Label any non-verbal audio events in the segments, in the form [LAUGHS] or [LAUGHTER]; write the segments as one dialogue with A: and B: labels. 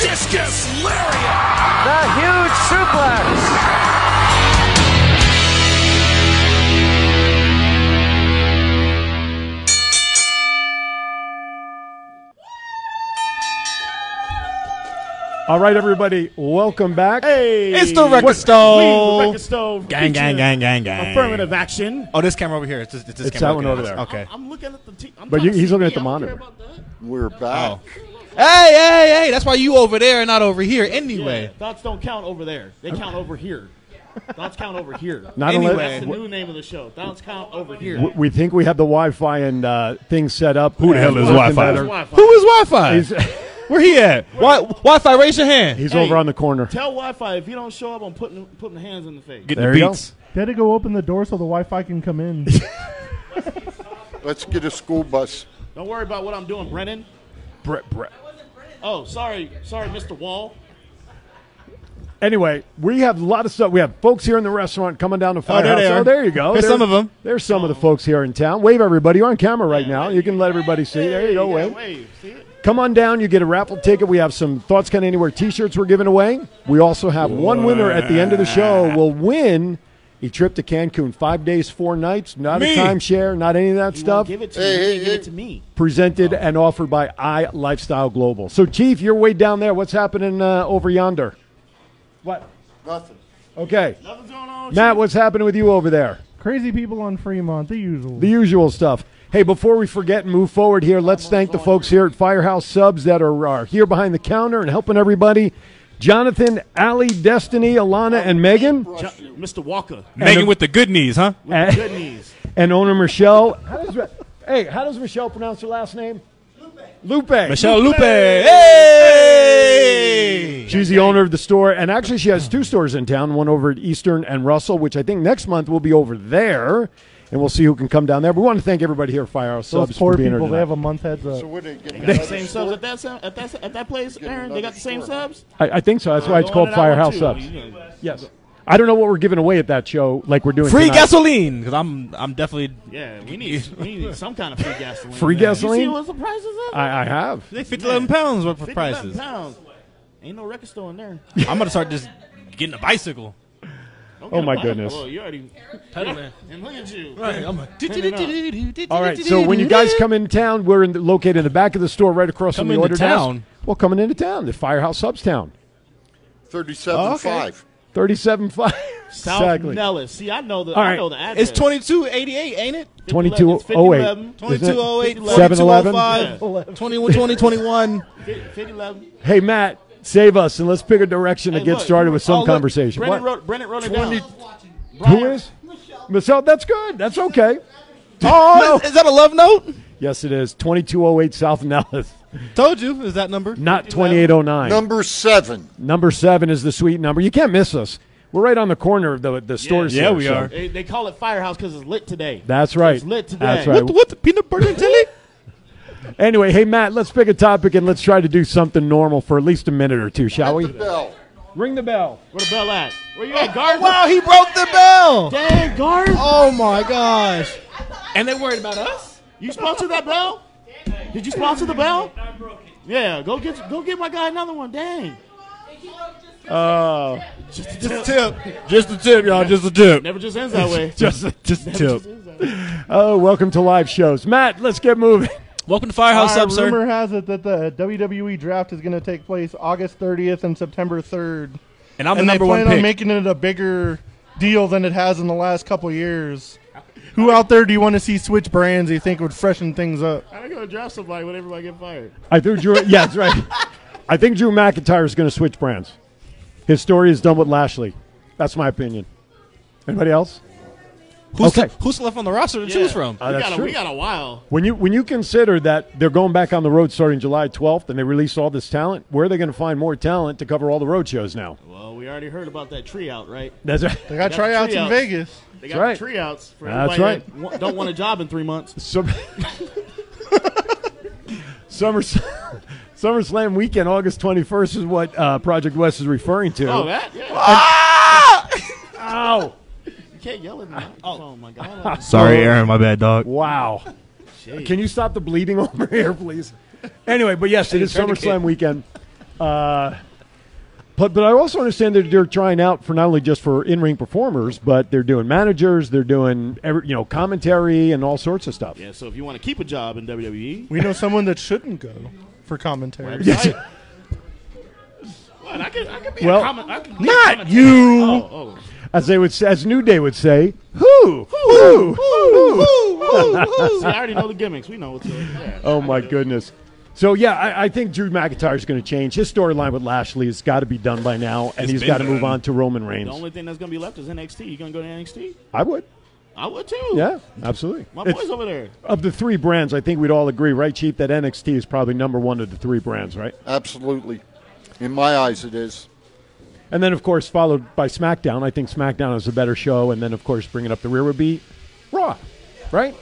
A: Lucas Lariat.
B: The huge suplex.
C: All right, everybody, welcome back.
D: Hey,
A: It's the Record
C: What-
A: Stove.
D: Record Stove.
A: Gang, gang,
D: featuring
A: gang, gang, gang.
D: Affirmative action.
A: Oh, this camera over here. It's, this, it's this
C: It's
A: camera
C: that one
A: okay.
C: over there.
A: Okay.
D: I'm looking at the. T- I'm
C: But
D: trying
C: you-
D: to
C: he's
D: see
C: looking
D: me.
C: at the
D: I don't care
C: monitor.
D: about that.
E: We're back.
A: Oh. Hey, hey, hey! That's why you over there and not over here. Anyway.
D: Yeah, thoughts don't count over there. They count over here. Thoughts count over here.
C: [LAUGHS] Not
A: Anyway.
D: That's
C: unless
D: the
C: w-
D: new name of the show. Thoughts count over here.
C: w- we think we have the Wi-Fi and uh, things set up.
A: Who the hell is
C: Wi
A: Wi-Fi?
D: Wi-Fi.
A: Who is Wi-Fi?
C: He's,
A: Where he at? Wi- Wi-Fi, raise your hand.
C: he's
D: Hey.
C: over on the corner.
D: Tell Wi-Fi if you don't show up, I'm putting putting hands in the face.
A: Get
C: There
A: the
C: you go.
A: beats.
F: Got to go open the door so the Wi-Fi can come in.
E: Let's get a school bus.
D: Don't worry about what I'm doing, Brennan.
C: Brett, Brett.
D: Oh, sorry, sorry, Mr. Wall.
C: Anyway, we have a lot of stuff. We have folks here in the restaurant coming down to
A: Oh, there
C: Firehouse. Oh,
A: they are.
C: there you go.
A: There's
C: There-
A: some of 'em.
C: There's some of the folks here in town. Wave everybody. You're on camera right now. You can let everybody see. There you go.
D: Yeah,
C: Wave.
D: wave. See it?
C: Come on down. You get a raffle ticket. We have some Thoughts Count Anywhere T-shirts we're giving away. We also have one winner at the end of the show will win a trip to Cancun, five days, four nights. Not
A: Me.
C: a timeshare, not any of that
D: You won't
C: stuff.
D: Give it to
E: Hey,
D: me.
E: hey,
D: give it
E: hey.
D: to me.
C: Presented and offered by I Lifestyle Global. So, Chief, you're way down there. What's happening uh, over yonder? What?
E: Nothing.
C: Okay.
D: Nothing's going on.
C: Matt, what's happening with you over there?
F: Crazy people on Fremont, the usual.
C: The usual stuff. Hey, before we forget and move forward here, let's thank the folks here at Firehouse Subs that are, are here behind the counter and helping everybody. Jonathan, Ali, Destiny, Alana, and Megan,
E: Brush
D: Jo-
E: you.
C: [LAUGHS]
D: Mr. Walker.
A: Megan with the good knees, huh?
C: Eh.
D: Good knees.
C: and owner Michelle. How does, hey, how does Michelle pronounce her last name? Lupe.
A: Michelle Lupe. Hey!
C: She's the owner of the store, and actually, she has two stores in town one over at Eastern and Russell, which I think next month will be over there, and we'll see who can come down there. We want to thank everybody here at Firehouse
F: Those
C: Subs
F: poor
C: for being
F: people,
C: here.
F: they have
C: tonight.
F: a month heads up.
E: So we're going to get
D: Got
E: another
D: the same
E: store?
D: subs at that sa- at that at that place,
E: Get
D: Aaron. They got the same
E: another store.
D: subs.
C: I, I think so. That's why it's
D: Going
C: called
D: to that one,
C: Firehouse
D: too.
C: Subs.
D: You know,
C: Yes. I don't know what we're giving away at that show, like we're doing
A: Free
C: tonight.
A: gasoline, because I'm I'm definitely.
D: Yeah, we need we need some kind of free gasoline.
C: Free
D: man.
C: gasoline?
D: You see what the prices of? it?
C: I, I have.
A: They 50 11 pounds worth of
D: 50
A: prices.
D: pounds. Ain't no record store in there.
A: I'm gonna start just getting a bicycle.
D: Don't
C: Oh,
D: get a
C: my
D: bottle.
C: goodness.
D: Well, you already [LAUGHS] and look at you.
A: I'm
C: All right. So when you guys come in town, we're in the, located in the back of the store, right across
A: Come
C: from the
A: into
C: order
A: town?
C: desk. Well, coming into town, the Firehouse Subs town,
E: 37 5.
C: thirty-seven [LAUGHS] five.
D: South
C: exactly.
D: Nellis. See, I know the
C: All
D: I
C: right.
D: know the address.
A: it's 2288, ain't it?
C: 2208.
A: 2208,
C: 7-Eleven?
A: 2205, 21, 20, [LAUGHS] 21.
D: 5011.
C: Hey Matt, save us and let's pick a direction to
D: Hey,
C: get
D: look,
C: started with
D: oh,
C: some
D: look,
C: conversation.
D: Brennan
C: What?
D: wrote, Brennan wrote it down. Brian-
C: Who is? Michelle. That's good. That's okay. Oh
A: Oh, is, is that a love note?
C: yes, it is. Twenty-two oh eight South Nellis,
A: Told you, is that number?
C: not twenty-eight oh nine.
E: Number 7.
C: Number seven is the sweet number. You can't miss us. We're right on the corner of the the stores.
A: Yeah,
C: here,
A: we
C: so-
A: are.
D: They, they call it Firehouse because it's lit today.
C: That's right.
D: It's lit today.
A: [LAUGHS]
C: That's right.
A: What, what the peanut butter and jelly?
C: Anyway, hey Matt, let's pick a topic and let's try to do something normal for at least a minute or two, shall we?
E: Bell.
C: Ring the bell.
D: Where the bell at? Where you at, Garth?
A: wow, Oh, he broke the bell.
D: Dang, Garth.
A: Oh my gosh. And they worried about us?
D: You sponsored that bell? Did you sponsor the bell? Yeah, go get go get my guy another one. Dang.
A: Just a tip. Just a tip, y'all. Just a tip.
D: Never just ends that way.
C: [LAUGHS] Just just a tip. Oh, welcome to live shows, Matt. Let's get moving.
A: Welcome to Firehouse
F: Uh,
A: Up, sir.
F: rumor has it that the WWE draft is going to take place August 30th and September 3rd.
A: And I'm
F: and
A: the
F: they
A: number one
F: plan
A: pick.
F: on making it a bigger deal than it has in the last couple years. Who out there do you want to see switch brands? Do you think would freshen things up?
D: I'm gonna draft somebody when everybody get fired.
C: I think Drew. yeah, that's right. I think Drew McIntyre is going to switch brands. His story is done with Lashley. That's my opinion. Anybody else?
A: who's,
C: Okay.
A: who's left on the roster to choose from?
C: Uh,
D: we,
C: that's
D: got a,
C: true.
D: we got a while.
C: When you when you consider that they're going back on the road starting July 12th and they release all this talent, where are they going to find more talent to cover all the road shows now?
D: Well, we already heard about that tree out, right?
C: That's right.
F: They got
D: They got
F: tryouts in
D: tryouts.
F: Vegas.
D: They got
C: right.
D: tree outs for
C: That's
D: everybody that wa- don't want a job in
C: [LAUGHS]
D: three months.
C: Sum- Summer SummerSlam weekend, August 21st is what uh, Project West is referring to.
D: Oh, that? Yeah.
C: Ah. Ow.
D: You can't yell
C: [LAUGHS]
D: at me. Oh, my God.
A: Sorry, Aaron. My bad, dog.
C: Wow. Can you stop the [LAUGHS] bleeding over here, please? Anyway, but yes, it is SummerSlam weekend. Uh, But but I also understand that they're trying out for not only just for in ring performers, but they're doing managers, they're doing every, you know commentary and all sorts of stuff.
D: Yeah, so if you want to keep a job in E, WWE,
F: We know someone that shouldn't go for commentary.
C: Yes.
D: Well, I could, I could be
C: Well,
D: a comment. I could be a
C: not
D: commentator.
C: you.
D: Oh, oh.
C: As they would, say, as New Day would say, who, who, who,
D: See, I already know the gimmicks. We know what's up. Yeah.
C: [LAUGHS] Oh my goodness. So yeah, I, I think Drew McIntyre's going to change his storyline with Lashley. has got to be done by now, and he's
A: been
C: got to move
A: done.
C: on to Roman
D: The
C: Reigns.
D: only thing that's gonna be left is NXT. You gonna go to NXT?
C: I would.
D: I would too.
C: Yeah, absolutely.
D: My
C: It's-
D: boy's over there.
C: of the three brands, I think we'd all agree, right, Chief, that NXT is probably number one of the three brands, right?
E: Absolutely. In my eyes, it is.
C: And then, of course, followed by SmackDown. I think SmackDown is a better show. And then, of course, bringing up the rear would be Raw, right?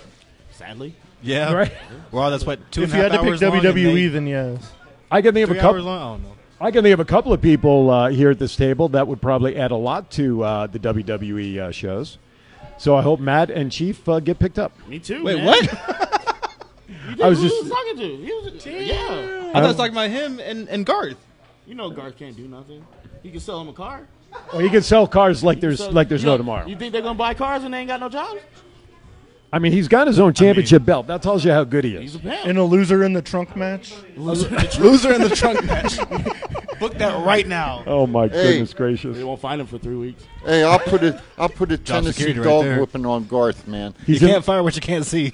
D: Sadly,
A: Yeah.
C: Right.
A: Well, that's what two
F: If
A: and a
F: you
A: half
F: had to pick
A: hours long and they-
F: WWE, then yes.
C: I can think of a
A: Three hours
C: couple.
A: long. I don't know.
C: I can think of a couple of people uh, here at this table that would probably add a lot to uh, the WWE uh, shows. So I hope Matt and Chief uh, get picked up.
D: me too.
A: Wait,
D: man.
A: what?
D: You
C: I was
D: who
C: just-
D: you talking to. He was, yeah,
A: I thought it was talking about him and, and Garth.
D: you know Garth can't do nothing. You can sell him a car.
C: Well, you can sell cars like there's
D: So-
C: like there's
D: you know,
C: no tomorrow.
D: You think they're gonna buy cars and they ain't got no jobs?
C: I mean, he's got his own championship belt. That tells you how good he is.
D: He's a pimp.
F: In a loser in the trunk match.
A: Loser in the trunk match. [LAUGHS] Book that right now.
C: Oh my
E: Hey.
C: goodness gracious!
D: they won't find him for three weeks.
E: Hey, I'll put a I'll put a Tennessee
A: security right
E: dog
A: there.
E: whipping on Garth, man.
C: He's
A: you
C: in-
A: can't fire what you can't [LAUGHS] see.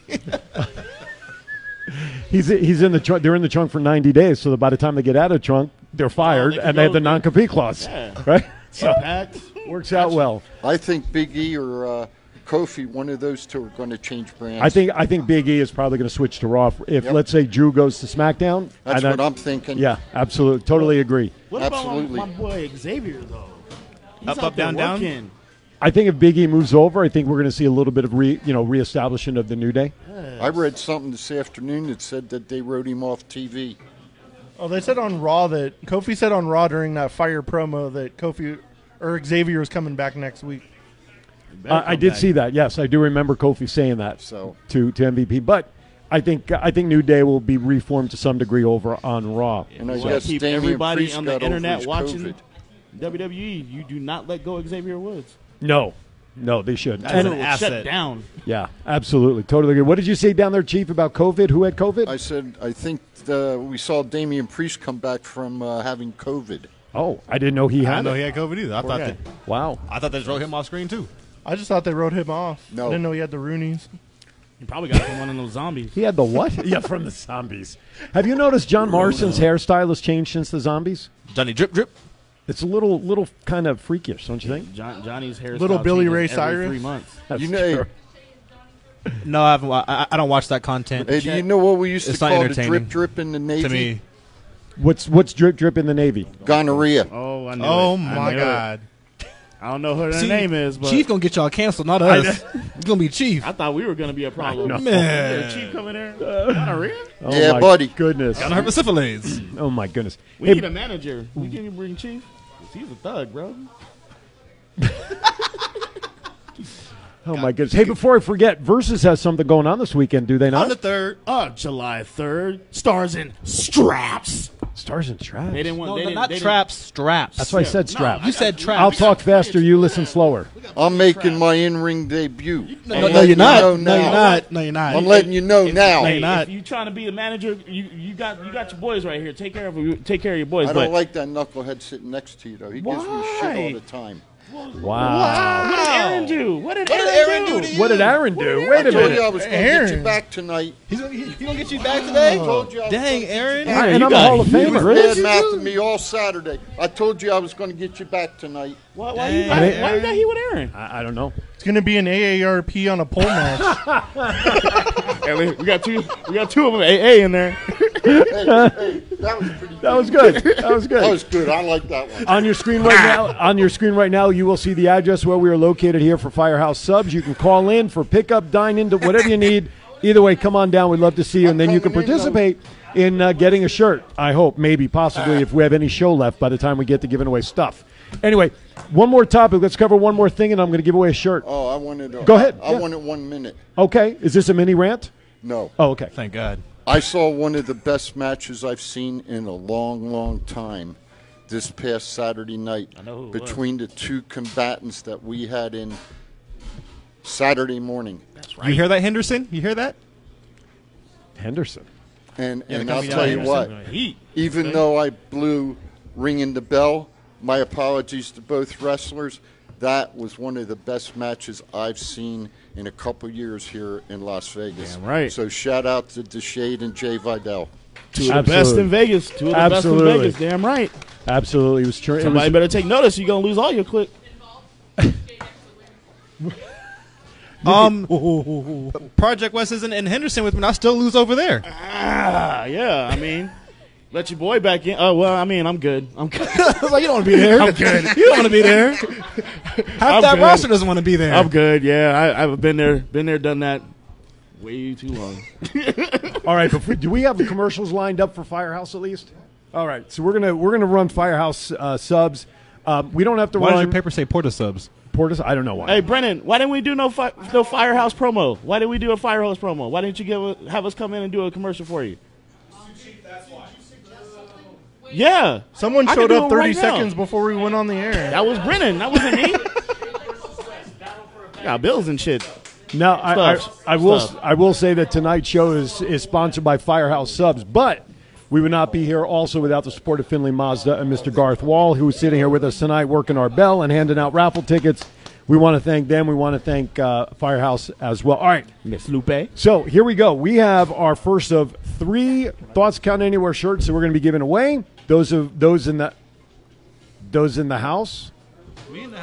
C: He's he's in the trunk. They're in the trunk for ninety days. So that by the time they get out of the trunk, they're fired
D: they can
C: and they have
D: go-
C: the non compete clause,
D: Yeah.
C: right? So
D: Packed.
C: [LAUGHS] works out well.
E: I think Big E or uh, Kofi, one of those two, are going to change brands.
C: I think I think Big E is probably going to switch to Raw if- if
E: Yep.
C: let's say Drew goes to SmackDown.
E: that's
C: and I-
E: what I'm thinking.
C: Yeah, absolutely, totally agree.
D: What
E: Absolutely.
D: about my, my boy Xavier though? He's
A: Up,
D: out
A: up,
D: there
A: down, down?
D: working.
C: I think if Big E moves over, I think we're going to see a little bit of re you know reestablishment of the New Day.
E: I read something this afternoon that said that they wrote him off TV.
F: Oh, they said on Raw that Kofi said on Raw during that fire promo that Kofi or Xavier was coming back next week.
C: I, I did see that. Yes, I do remember Kofi saying that
E: So-
C: to to MVP. But I think I think New Day will be reformed to some degree over on Raw.
E: And I
D: You wanna
E: guess
D: keep
E: Damian
D: everybody
E: Priest
D: on the
E: got over
D: internet
E: his
D: watching
E: COVID.
D: WWE, you do not let go Xavier Woods.
C: No, no, they should.
A: That's
C: And-
A: an
D: Shut
A: asset.
D: down.
C: Yeah, absolutely, totally good. What did you say down there, Chief, about COVID? Who had COVID?
E: I said I think the, we saw Damian Priest come back from uh, having COVID.
C: oh, I didn't know he
A: I
C: had.
A: didn't know
C: it.
A: he had COVID either. I thought that
C: Wow.
A: I thought they just wrote him off screen too.
F: I just thought they wrote him off.
E: No.
F: I didn't know he had the Roonies.
D: You probably got from one of those zombies.
C: He had the what? yeah, from the zombies. Have you noticed John Morrison's hairstyle has changed since the zombies?
A: Johnny drip drip.
C: It's a little, little kind of freakish, don't you think?
D: John, Johnny's hair.
F: Little Billy Ray Cyrus?
D: Three months.
C: That's
E: you know,
C: true.
A: No, I haven't. wa- I, I don't watch that content.
E: hey, do you know what we used to
A: It's not
E: call the drip
A: entertaining.
E: drip in the Navy?
A: to me.
C: what's what's drip drip in the Navy?
E: Gonorrhea.
D: Oh, I know.
F: Oh, my God.
D: I don't know who her name is, but
A: Chief gonna get y'all canceled, not us. [LAUGHS] It's gonna be Chief.
D: I thought we were gonna be a problem. [LAUGHS]
C: I know.
A: Man.
D: Yeah, Chief coming [LAUGHS] there. Gonorrhea?
C: Oh
E: Yeah,
C: my
E: buddy.
C: Goodness.
A: Gonna hurt with syphilis.
C: Oh my goodness.
D: We
C: Hey,
D: need a manager. We can bring Chief. 'Cause He's a thug, bro.
C: oh my goodness. Hey, before I forget, Versus has something going on this weekend, do they
D: On the
C: not?
D: third, uh, July third, stars and straps.
C: Stars and traps.
D: They didn't want.
A: No,
D: they
A: they're
D: didn't,
A: not
D: they
A: traps, straps.
C: That's why I said strap.
A: you said traps.
C: I'll talk faster. You listen slower.
E: I'm making my in-ring debut. I'm
A: No, no,
E: letting
A: you're not.
E: know
A: no, you're
E: now.
A: not. No, you're not.
E: I'm letting you know now.
D: Didn't, hey,
A: not.
D: if you trying to be a manager, you, you got you got your boys right here. Take care of you, take care of your boys.
E: I
D: but
E: don't like that knucklehead sitting next to you, though. He gives me shit all
D: Why?
E: the time.
C: Wow.
D: what did Aaron do? What did,
A: did
D: Aaron,
A: Aaron do to you?
C: What did Aaron do?
E: I
C: Wait a
E: told you
C: minute.
E: I was going to get you
F: Aaron.
E: back tonight.
A: He's gonna, he, he gonna get you back today.
E: told you I was
A: Dang,
E: gonna-
A: Aaron.
C: I- and
D: you
C: I'm a
D: got
C: Hall of
E: He was
C: Famer.
E: bad mouthing me all Saturday. I told you I was going to get you back tonight.
D: Why, why, you,
A: Dang,
D: why,
A: Aaron.
D: why you got he with Aaron?
C: I, I don't know.
F: It's going to be an AARP on a pole
D: [LAUGHS]
F: match.
D: we got two. We got two of them. AA in there.
E: Hey, hey, that was pretty.
C: That was good. That was good. Uh,
E: That was Ah. good. I like that one.
C: on your screen right now, on your screen right now, you will see the address where we are located here for Firehouse Subs. You can call in for pickup, dine in, whatever you need. Either way, come on down. We'd love to see you, and then you can
E: coming in, though.
C: participate in uh, getting a shirt. I hope, maybe, possibly, if we have any show left by the time we get to giving away stuff. Anyway, one more topic. Let's cover one more thing, and I'm going to give away a shirt.
E: Oh, I wanted. A,
C: Go ahead.
E: I
C: Yeah.
E: wanted one minute.
C: Okay, is this a mini rant?
E: No,
C: Oh, okay.
A: Thank God.
E: I saw one of the best matches I've seen in a long, long time. this past Saturday night
D: I know who it was.
E: between the two combatants that we had in Saturday morning.
G: You hear that, Henderson? You hear
D: [LAUGHS]
G: that?
C: Henderson.
E: And, and
G: the
E: I'll
G: company
E: tell you
G: down
E: what,
D: Heat.
E: even though I blew ringing the bell, my apologies to both wrestlers. That was one of the best matches I've seen in a couple years here in Las Vegas.
D: Damn right.
E: So shout out to DeShade and Jay Vidal.
D: Two of the best
C: Absolutely.
D: in Vegas. Two of the
C: Absolutely.
D: best in Vegas. Damn right.
C: Absolutely, it was. Tr- it
D: Somebody
C: was
D: better take notice. You're going to lose all your clip.
G: Um, Project West isn't in Henderson with me. and I still lose over there.
D: Ah, yeah. I mean, let your boy back in. Oh, well, I mean, I'm good. I'm good. [LAUGHS] I was like, [LAUGHS] you don't want to be there. I'm good.
G: You don't want to be there. Half
D: I'm
G: that
D: good.
G: roster doesn't want to be there.
D: I'm good. Yeah, I, I've been there, been there, done that way too long.
C: [LAUGHS] all right. Before, do we have commercials lined up for Firehouse at least? All right, so we're gonna we're gonna run Firehouse uh, subs. Um, we don't have to
G: Why does
C: run
G: your paper say Porta subs?
C: Portis. I don't know why.
D: hey, Brennan, why didn't we do no fi- no firehouse promo? Why didn't we do a firehouse promo? Why didn't you give a, have us come in and do a commercial for you? Yeah,
F: Someone
D: I can
F: showed
D: do
F: up
D: it
F: 30
D: right now.
F: seconds before we went on the air.
D: that was Brennan. That wasn't me. [LAUGHS] Got bills and shit.
C: No, I, I,
D: Stubbs.
C: I will.
D: Stubbs.
C: I will say that tonight's show is is sponsored by Firehouse Subs, but we would not be here also without the support of Finley Mazda and Mr. Garth Wall, who is sitting here with us tonight, working our bell and handing out raffle tickets. We want to thank them. We want to thank uh, Firehouse as well. All right,
D: Miss Lupe.
C: so here we go. We have our first of three thoughts count anywhere shirts that we're going to be giving away. Those of those in the those in the house
D: We in the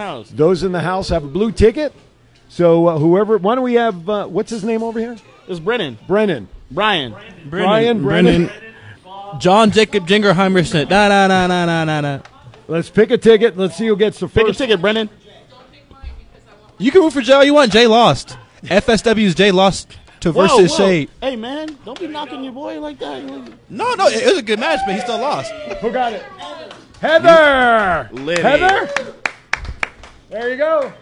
D: house.
C: those in the house have a blue ticket. So uh, whoever, why don't we have uh, what's his name over here?
D: It's Brennan.
C: Brennan.
D: Brian.
C: Brian Brennan.
A: John Jacob Jingerheimer Schnitt. Da da da da da da da.
C: [LAUGHS] Let's pick a ticket. Let's see who gets the
D: Pick a
C: first.
D: ticket, Brennan.
A: You can root for Jay all you want. Jay lost. FSW's Jay lost to
D: Whoa,
A: versus
D: whoa.
A: Shade.
D: Hey man, don't be knocking your boy like that.
A: No, no, it it was a good match, but he still lost.
C: Who got it? Heather.
D: Liddy.
C: Heather. There you go.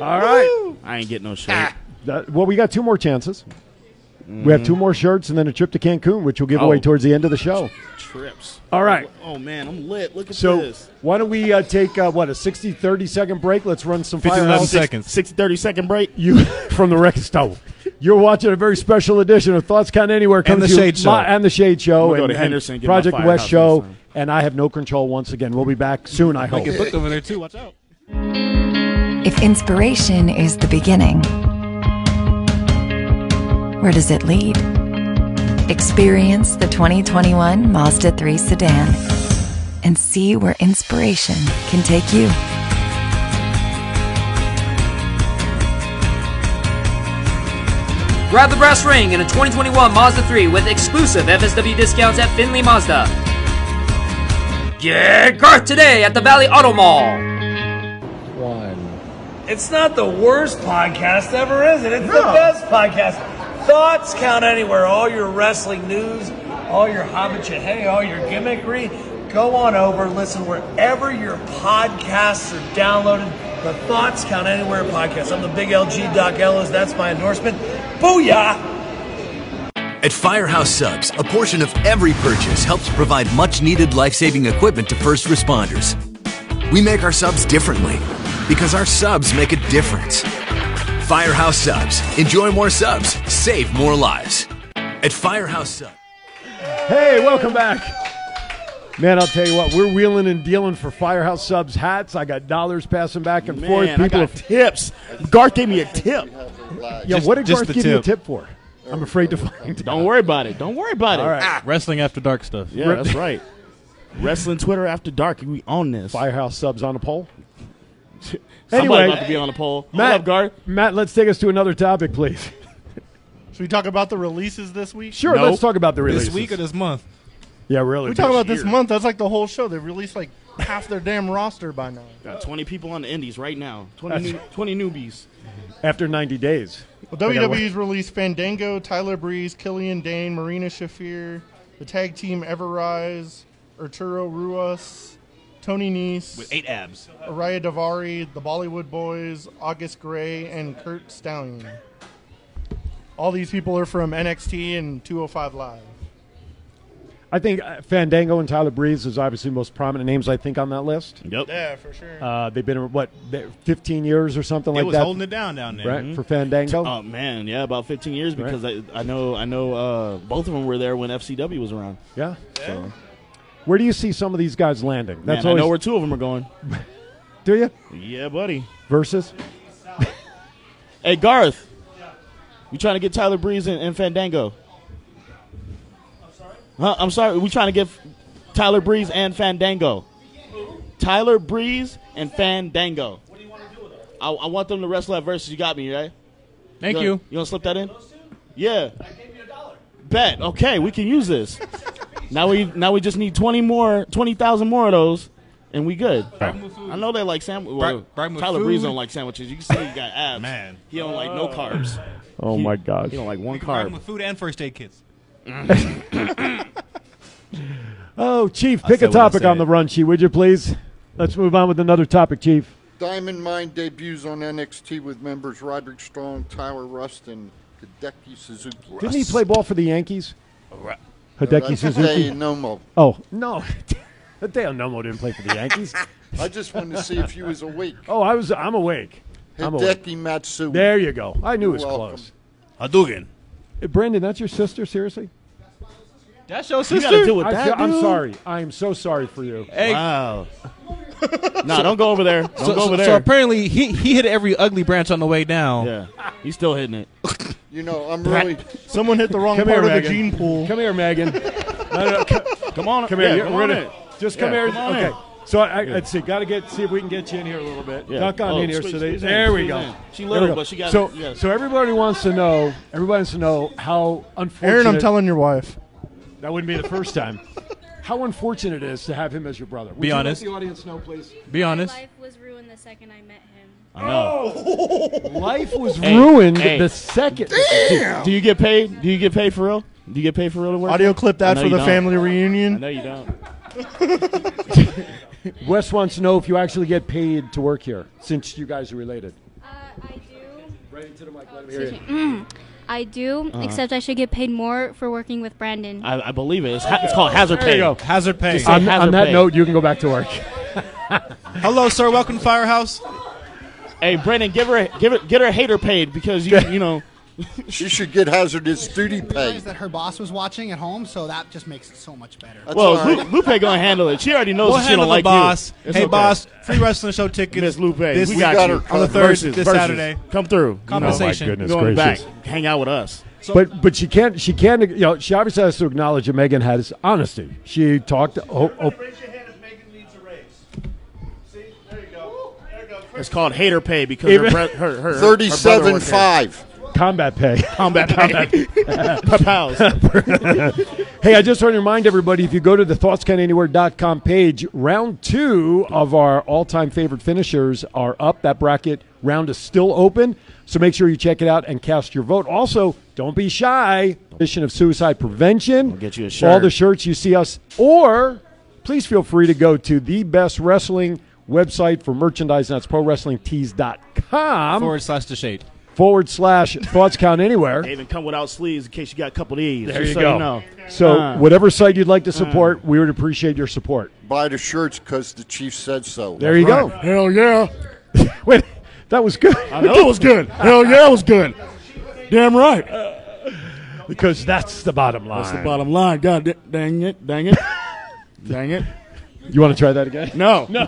C: All right.
D: I ain't getting no shirt.
C: That- well, we got two more chances. We have two more shirts and then a trip to Cancun, which we'll give away
D: Mm. Oh.
C: towards the end of the show.
D: Trips.
C: All right.
D: Oh man, I'm lit. Look at
C: So
D: this.
C: why don't we uh, take uh, what a 60, 30 second break? Let's run some
G: 57
C: firehouse.
G: seconds.
D: 60 30 second break.
C: you [LAUGHS] from the record store. You're watching a very special edition of Thoughts Count Anywhere. coming
A: The
C: to you
A: Shade Show.
C: li- and the Shade Show.
D: I'm gonna go
C: and,
D: to Henderson
C: and
D: and get my
C: Project
D: firehouse
C: West Show.
D: next time.
C: And I have no control once again. We'll be back soon. I hope.
A: Get booked over there too. Watch out.
H: If inspiration is the beginning, where does it lead? Experience the 2021 Mazda 3 sedan and see where inspiration can take you.
I: Grab the brass ring in a 2021 Mazda 3 with exclusive FSW discounts at Finley Mazda. Get Garth today at the Valley Auto Mall.
J: It's not the worst podcast ever, is it? It's the best podcast. Thoughts count anywhere. All your wrestling news, all your hobbitchet, hey, all your gimmickry. Go on over, listen wherever your podcasts are downloaded. The Thoughts Count Anywhere podcast. I'm the big LG Doc Ellis. That's my endorsement. Booyah!
K: At Firehouse Subs, a portion of every purchase helps provide much needed life saving equipment to first responders. We make our subs differently because our subs make a difference. Firehouse Subs. Enjoy more subs, save more lives. At Firehouse Subs.
C: Hey, welcome back. Man, I'll tell you what, we're wheeling and dealing for Firehouse Subs hats. I got dollars passing back and forth.
D: Man, I
C: People,
D: got
C: have-
D: tips. Garth gave me a tip.
C: yeah,
G: Just-
C: what did
G: just
C: Garth
G: the
C: give you a
G: tip.
C: tip for? I'm afraid to find.
D: Don't worry about it. Don't worry about it.
C: All right,
A: Wrestling after dark stuff.
D: Yeah, that's right. Wrestling Twitter after dark. We on this.
C: Firehouse Subs on a poll.
D: Somebody
C: [LAUGHS] Anyway,
D: about to be on the poll. Hold
C: Matt,
D: up, Garth.
C: Matt, let's take us to another topic, please. [LAUGHS]
F: Should we talk about the releases this week?
C: Sure,
D: Nope.
C: let's talk about the release
A: This week or this month?
C: Yeah, really.
F: We talk about
D: year.
F: this month. That's like the whole show. They've released like half their damn roster by now.
D: Got 20 people on the indies right now. 20, new, 20 newbies.
C: after 90 days.
F: Well,
C: gotta
F: WWE's released Fandango, Tyler Breeze, Killian Dane, Marina Shafir, the tag team Everrise, Arturo Ruas, Tony Nese,
D: With eight abs.
F: Araya Davari, the Bollywood Boys, August Gray, and Kurt Stallion. oh All these people are from NXT and 205 Live.
C: I think uh, Fandango and Tyler Breeze is obviously the most prominent names I think on that list.
L: Yep. Yeah,
D: for sure.
C: Uh, they've been what they- 15 years or something
L: They
C: like
L: was
C: that.
L: holding it down down there.
C: right?
L: Mhm.
C: For Fandango,
D: Oh man, yeah, about 15 years because I, I know I know uh, both of them were there when FCW was around.
C: yeah.
D: So,
C: Where do you see some of these guys landing?
D: man, I know where two of them are going.
C: do you
D: Yeah, buddy.
C: versus?
D: Hey, Garth, we trying to get Tyler Breeze and, and Fandango. I'm sorry. Huh? I'm sorry. We trying to get Tyler Breeze and Fandango. Tyler Breeze and Fandango. What do you want to do with I, I want them to wrestle at versus. You got me right.
A: Thank
D: gonna-
A: you.
D: You gonna slip that in? Yeah. I gave you a dollar. Bet. Okay, we can use this. now we now we just need twenty more, twenty thousand more of those, and we good. I know they like sandwiches. Well,
A: bribe 'em with
D: Tyler Breeze
A: food.
D: don't like sandwiches. You can see he got abs. Man, he don't like no carbs.
C: Oh my gosh!
D: He don't like one
A: Carb.
D: carb.
A: with food and first aid kits.
C: Oh, Chief,
E: I
C: pick a
E: said what I
C: topic on
E: said.
C: the run sheet, would you please? Let's move on with another topic, Chief.
E: Diamond Mine debuts on NXT with members Roderick Strong, Tyler Rust, and Hideki Suzuki.
C: Didn't he play ball for the Yankees?
E: No,
C: Hideki
E: that's
C: Suzuki.
E: Hideo Nomo.
C: Oh no, [LAUGHS] Hideo Nomo didn't play for the Yankees.
E: I just wanted to see if you was awake.
C: [LAUGHS] Oh, I was. I'm awake. I'm awake.
E: Hideki Matsui.
C: There you go. I knew it was
E: You're welcome.
C: close.
L: Hadouken.
C: Uh, Brandon, that's your sister. Seriously?
A: That's your
D: You
A: sister.
D: gotta deal with
C: I
D: that,
C: am
D: dude.
C: sorry. I am so sorry for you.
A: Hey,
D: Wow. nah, don't go over there. Don't
A: so,
D: go
A: so-
D: over there.
A: so apparently he he hit every ugly branch on the way down.
D: yeah, he's still hitting it.
E: You know, I'm really.
D: Someone hit the wrong
C: Come
D: part
C: here,
D: of the
C: Megan.
D: gene pool.
C: Come here,
D: [LAUGHS]
C: Megan. No, no, c-
D: Come on,
C: come here.
D: yeah,
C: You're-
D: come
C: we're
D: on
C: gonna-
D: in.
C: just come
D: Yeah,
C: here.
D: come on
C: okay.
D: in.
C: So I, I, let's see. Got to get see if we can get you in here a little bit.
D: Yeah.
C: Duck on
D: Oh,
C: in here. so
D: squeeze-
C: they,
D: squeeze in,
C: there we
D: squeeze
C: go.
D: in. She
C: There
D: little,
C: we go.
D: but she got-
C: so
D: you got-
C: so everybody wants to know. Everybody wants to know how unfortunate.
D: Aaron, I'm telling your wife.
C: That wouldn't be the first time. How unfortunate it is to have him as your brother. Would
A: Be
C: you
A: honest.
C: Let the audience know, please.
A: Be honest.
M: My life was ruined the second I met him.
D: I know.
C: Life was
D: Hey,
C: ruined
D: hey.
C: the second.
D: Do you get paid? Do you get paid for real? Do you get paid for real to work?
N: Audio clip
D: I
N: that
D: know
N: for
D: you
N: the
D: don't.
N: family
D: I
N: reunion.
D: know you don't.
C: Wes wants to know if you actually get paid to work here, since you guys are related.
M: Uh, I do.
C: Right into the mic. Let him
M: Excuse me. Mm. I do, except I should get paid more for working with Brandon.
D: I, I believe it. It's, ha- it's called hazard
C: There
D: pay.
C: you go.
A: Hazard pay.
D: Just say-
C: On,
D: Hazard
C: on that
D: pay.
C: note, you can go back to
D: [LAUGHS]
C: work.
A: Hello, sir. Welcome to Firehouse.
D: Hey, Brandon, give her, give it, get her hater paid because you,
C: [LAUGHS]
D: you know.
E: She should get hazardous duty
O: realized
E: paid.
O: that her boss was watching at home, so that just makes it so much better.
E: That's
D: Well,
E: all right.
D: Lu- Lupe gonna handle it. She already knows
A: We'll
D: that she
A: handle
D: don't
A: the
D: like
A: boss.
D: you. It's
A: hey,
D: okay. [LAUGHS]
A: boss. Free wrestling show tickets.
D: Miss Lupe,
A: This
D: we got,
E: got
D: you
E: her
A: on the third
D: Versus,
A: this
D: versus.
A: Saturday.
D: Come through.
A: Compensation.
D: You know, going back, hang out with us.
C: but but she can't she can you know she obviously has to acknowledge that Megan has honesty. She talked. Oh, oh,
F: Raise your hand if Megan needs a raise. See, there you go. There you go.
D: It's called hater pay because her,
C: Even-
D: bre- her, her, her brother
E: Thirty-seven
D: worked here.
E: five.
C: combat pay. [LAUGHS]
D: Combat pay. Pow-pows.
C: Hey, I just want to remind everybody if you go to the thoughtscananywhere.com page, round two of our all time favorite finishers are up. That bracket round is still open. So make sure you check it out and cast your vote. Also, don't be shy. Mission of Suicide Prevention.
D: I'll get you a
C: All
D: shirt.
C: the shirts you see us. Or please feel free to go to the best wrestling website for merchandise. And that's prowrestlingtees.com
A: Forward slash the shade.
C: forward slash thoughts count anywhere.
D: They even come without sleeves in case you got a couple of these.
C: There
D: just
C: you
D: so
C: go.
D: You know.
C: So,
D: Uh,
C: whatever site you'd like to support, we would appreciate your support.
E: Buy the shirts because the chief said so.
C: There you go.
N: Hell yeah.
C: [LAUGHS] Wait, that was good.
D: I know it was good.
N: Hell yeah, it was good. Damn right.
C: because that's the bottom line.
D: That's the bottom line. God da- dang it, dang it, dang it.
C: You want to try that again?
D: No, no.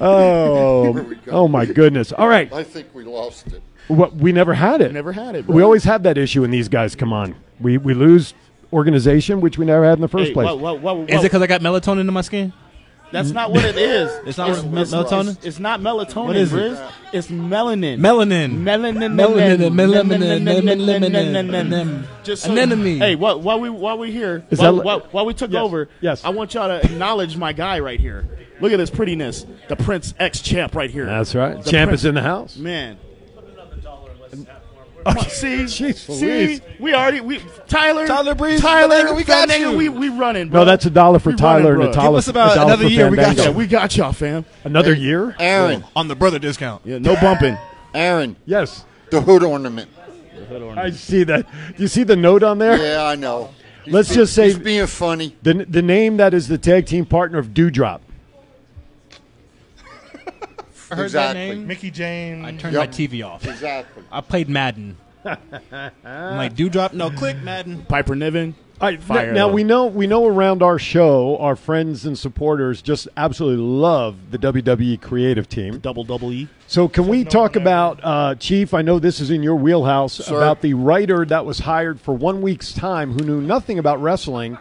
C: Oh, oh my goodness. All right.
E: I think we lost it.
C: What we never had it.
D: Never had it.
C: We always have that issue when these guys come on. We we lose organization, which we never had in the first place.
D: What, what, what, what,
A: Is it because I got melatonin in my skin?
D: That's not what it is.
A: [LAUGHS] It's not what- melatonin?
D: It's, it's not melatonin.
A: What is it?
D: Riz. It's melanin.
A: Melanin.
D: Melanin.
A: Melanin,
D: melanin,
A: melanin,
D: melanin,
A: melanin,
D: melanin. Just so-
A: Anemone.
D: Hey, while, while we while we here,
C: Is
D: while,
C: that li-
D: while, while we took
C: Yes,
D: over,
C: yes.
D: I want y'all to acknowledge my guy right here. Look at this prettiness, the Prince X champ right here.
C: That's right.
D: The
C: Champ
D: Prince-
C: is in the
A: [LAUGHS]
C: house.
D: Man,
C: See,
D: see, we already we Tyler,
A: Tyler Breeze,
D: Tyler,
A: Fandango, we got
D: Fandango,
A: you.
D: We we running.
C: No,
D: bro.
C: that's a dollar for
D: We running,
C: Tyler and
D: bro.
C: a dollar,
A: us about
C: a dollar
A: another
C: for
A: year. We got
C: Fandango.
D: Yeah, we got y'all, fam.
C: Another year?
E: Aaron,
A: On the brother discount.
D: Yeah, no bumping.
E: Aaron,
C: Yes.
E: the hood ornament.
C: I see that. Do you see the note on there?
E: Yeah, I know.
C: [LAUGHS] Let's just say
E: he's being funny.
C: the the name that is the tag team partner of Dewdrop.
L: I heard that name.
F: Mickey James.
L: I turned my TV off.
E: Exactly.
L: I played
D: [LAUGHS]
L: Madden. I'm like, Dewdrop? No, click Madden.
D: Piper Niven.
C: All right, n- now we know we know around our show, our friends and supporters just absolutely love the WWE creative team.
D: Double double E.
C: So can we talk about uh, Chief? I know this is in your wheelhouse
E: Sir.
C: about the writer that was hired for one week's time who knew nothing about wrestling,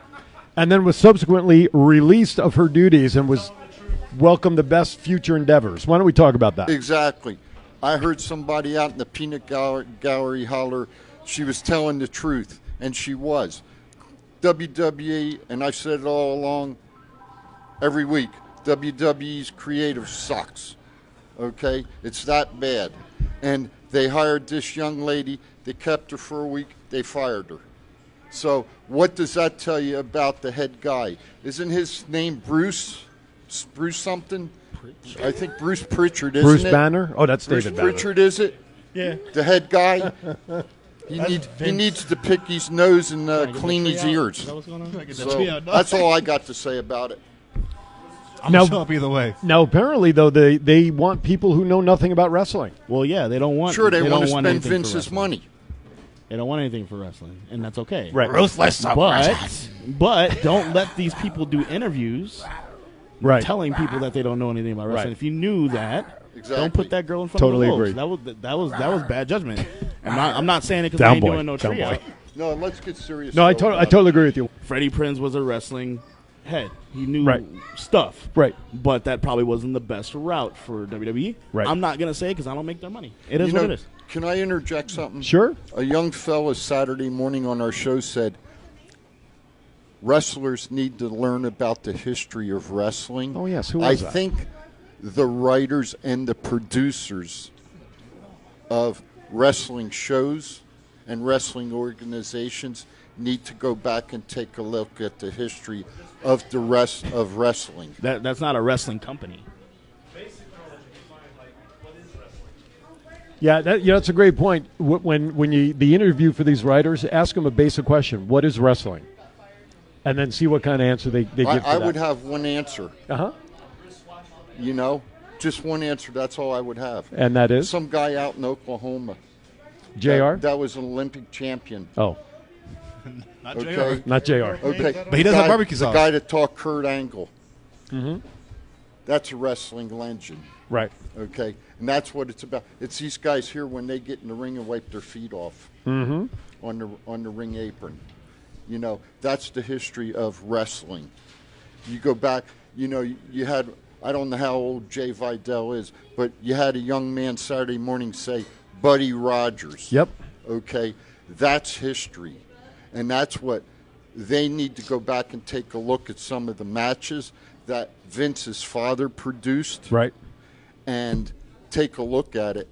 C: and then was subsequently released of her duties and was welcomed the best future endeavors. Why don't we talk about that?
E: Exactly. I heard somebody out in the peanut gallery, gallery holler, she was telling the truth, and she was. WWE, and I've said it all along every week WWE's creative sucks. Okay? It's that bad. And they hired this young lady, they kept her for a week, they fired her. So, what does that tell you about the head guy? Isn't his name Bruce? S- Bruce something? I think Bruce Pritchard, isn't
C: Bruce
E: it?
C: Banner? Oh, that's
E: Bruce
C: David Banner.
E: Pritchard, is it?
F: Yeah.
E: The head guy? He, need, he
F: Vince.
E: needs to pick his nose and uh, clean his ears. So, that's all I got to say about it.
C: [LAUGHS] I'm now, either way. Now apparently though they, they want people who know nothing about wrestling.
D: Well, yeah, they don't want.
E: Sure, they,
D: don't
E: want to
D: want
E: spend
D: anything for
E: Vince's
D: wrestling.
E: money.
D: They don't want anything for wrestling, and that's okay.
C: Right.
E: Ruthless
D: but but don't let these people do interviews,
C: Right.
D: Telling people that they don't know anything about wrestling.
C: Right.
D: If you knew that,
E: Exactly.
D: don't put that girl in front
C: Totally
D: of the
C: agree.
D: wolves. That was that was that was bad judgment. I'm not I'm not saying it because
C: Down
D: I ain't
C: boy.
D: doing no
C: Down
D: tryout.
C: boy.
E: No, let's get serious.
C: No, I
E: though
C: totally I
E: about
C: totally agree with you.
D: Freddie Prinz was a wrestling head. He knew
C: Right.
D: stuff.
C: Right.
D: But that probably wasn't the best route for WWE.
C: Right.
D: I'm not gonna say because I don't make their money. It
E: it.
D: is
E: You
D: what
E: know,
D: it is.
E: Can I interject something?
C: Sure.
E: A young fellow Saturday morning on our show said, "Wrestlers need to learn about the history of wrestling."
C: Oh, yes. Who
E: I
C: was that?
E: think the writers and the producers of wrestling shows and wrestling organizations need to go back and take a look at the history of the rest of wrestling.
D: That that's not a wrestling company.
C: Yeah, that, yeah, that's a great point. Wh- When when you the interview for these writers, ask them a basic question: What is wrestling? And then see what kind of answer they, they
E: I,
C: give.
E: I would have one answer.
C: Uh huh.
E: You know, just one answer. That's all I would have.
C: And that is
E: Some guy out in Oklahoma.
C: Jr.
E: That, that was an Olympic champion.
C: Oh,
L: Not
E: Okay.
C: not Jr.
E: Okay.
L: But he does have
E: Guy-
L: barbecue sauce.
E: The guy that taught Kurt Angle.
C: hmm
E: That's a wrestling legend.
C: Right.
E: Okay. And that's what it's about. It's these guys here when they get in the ring and wipe their feet off
C: Mm-hmm.
E: on the on the ring apron. You know, that's the history of wrestling. You go back, you know, you, you had I don't know how old Jay Vidal is, but you had a young man Saturday morning say Buddy Rogers.
C: Yep.
E: Okay, that's history. And that's what they need to go back and take a look at some of the matches that Vince's father produced
C: Right.
E: and take a look at it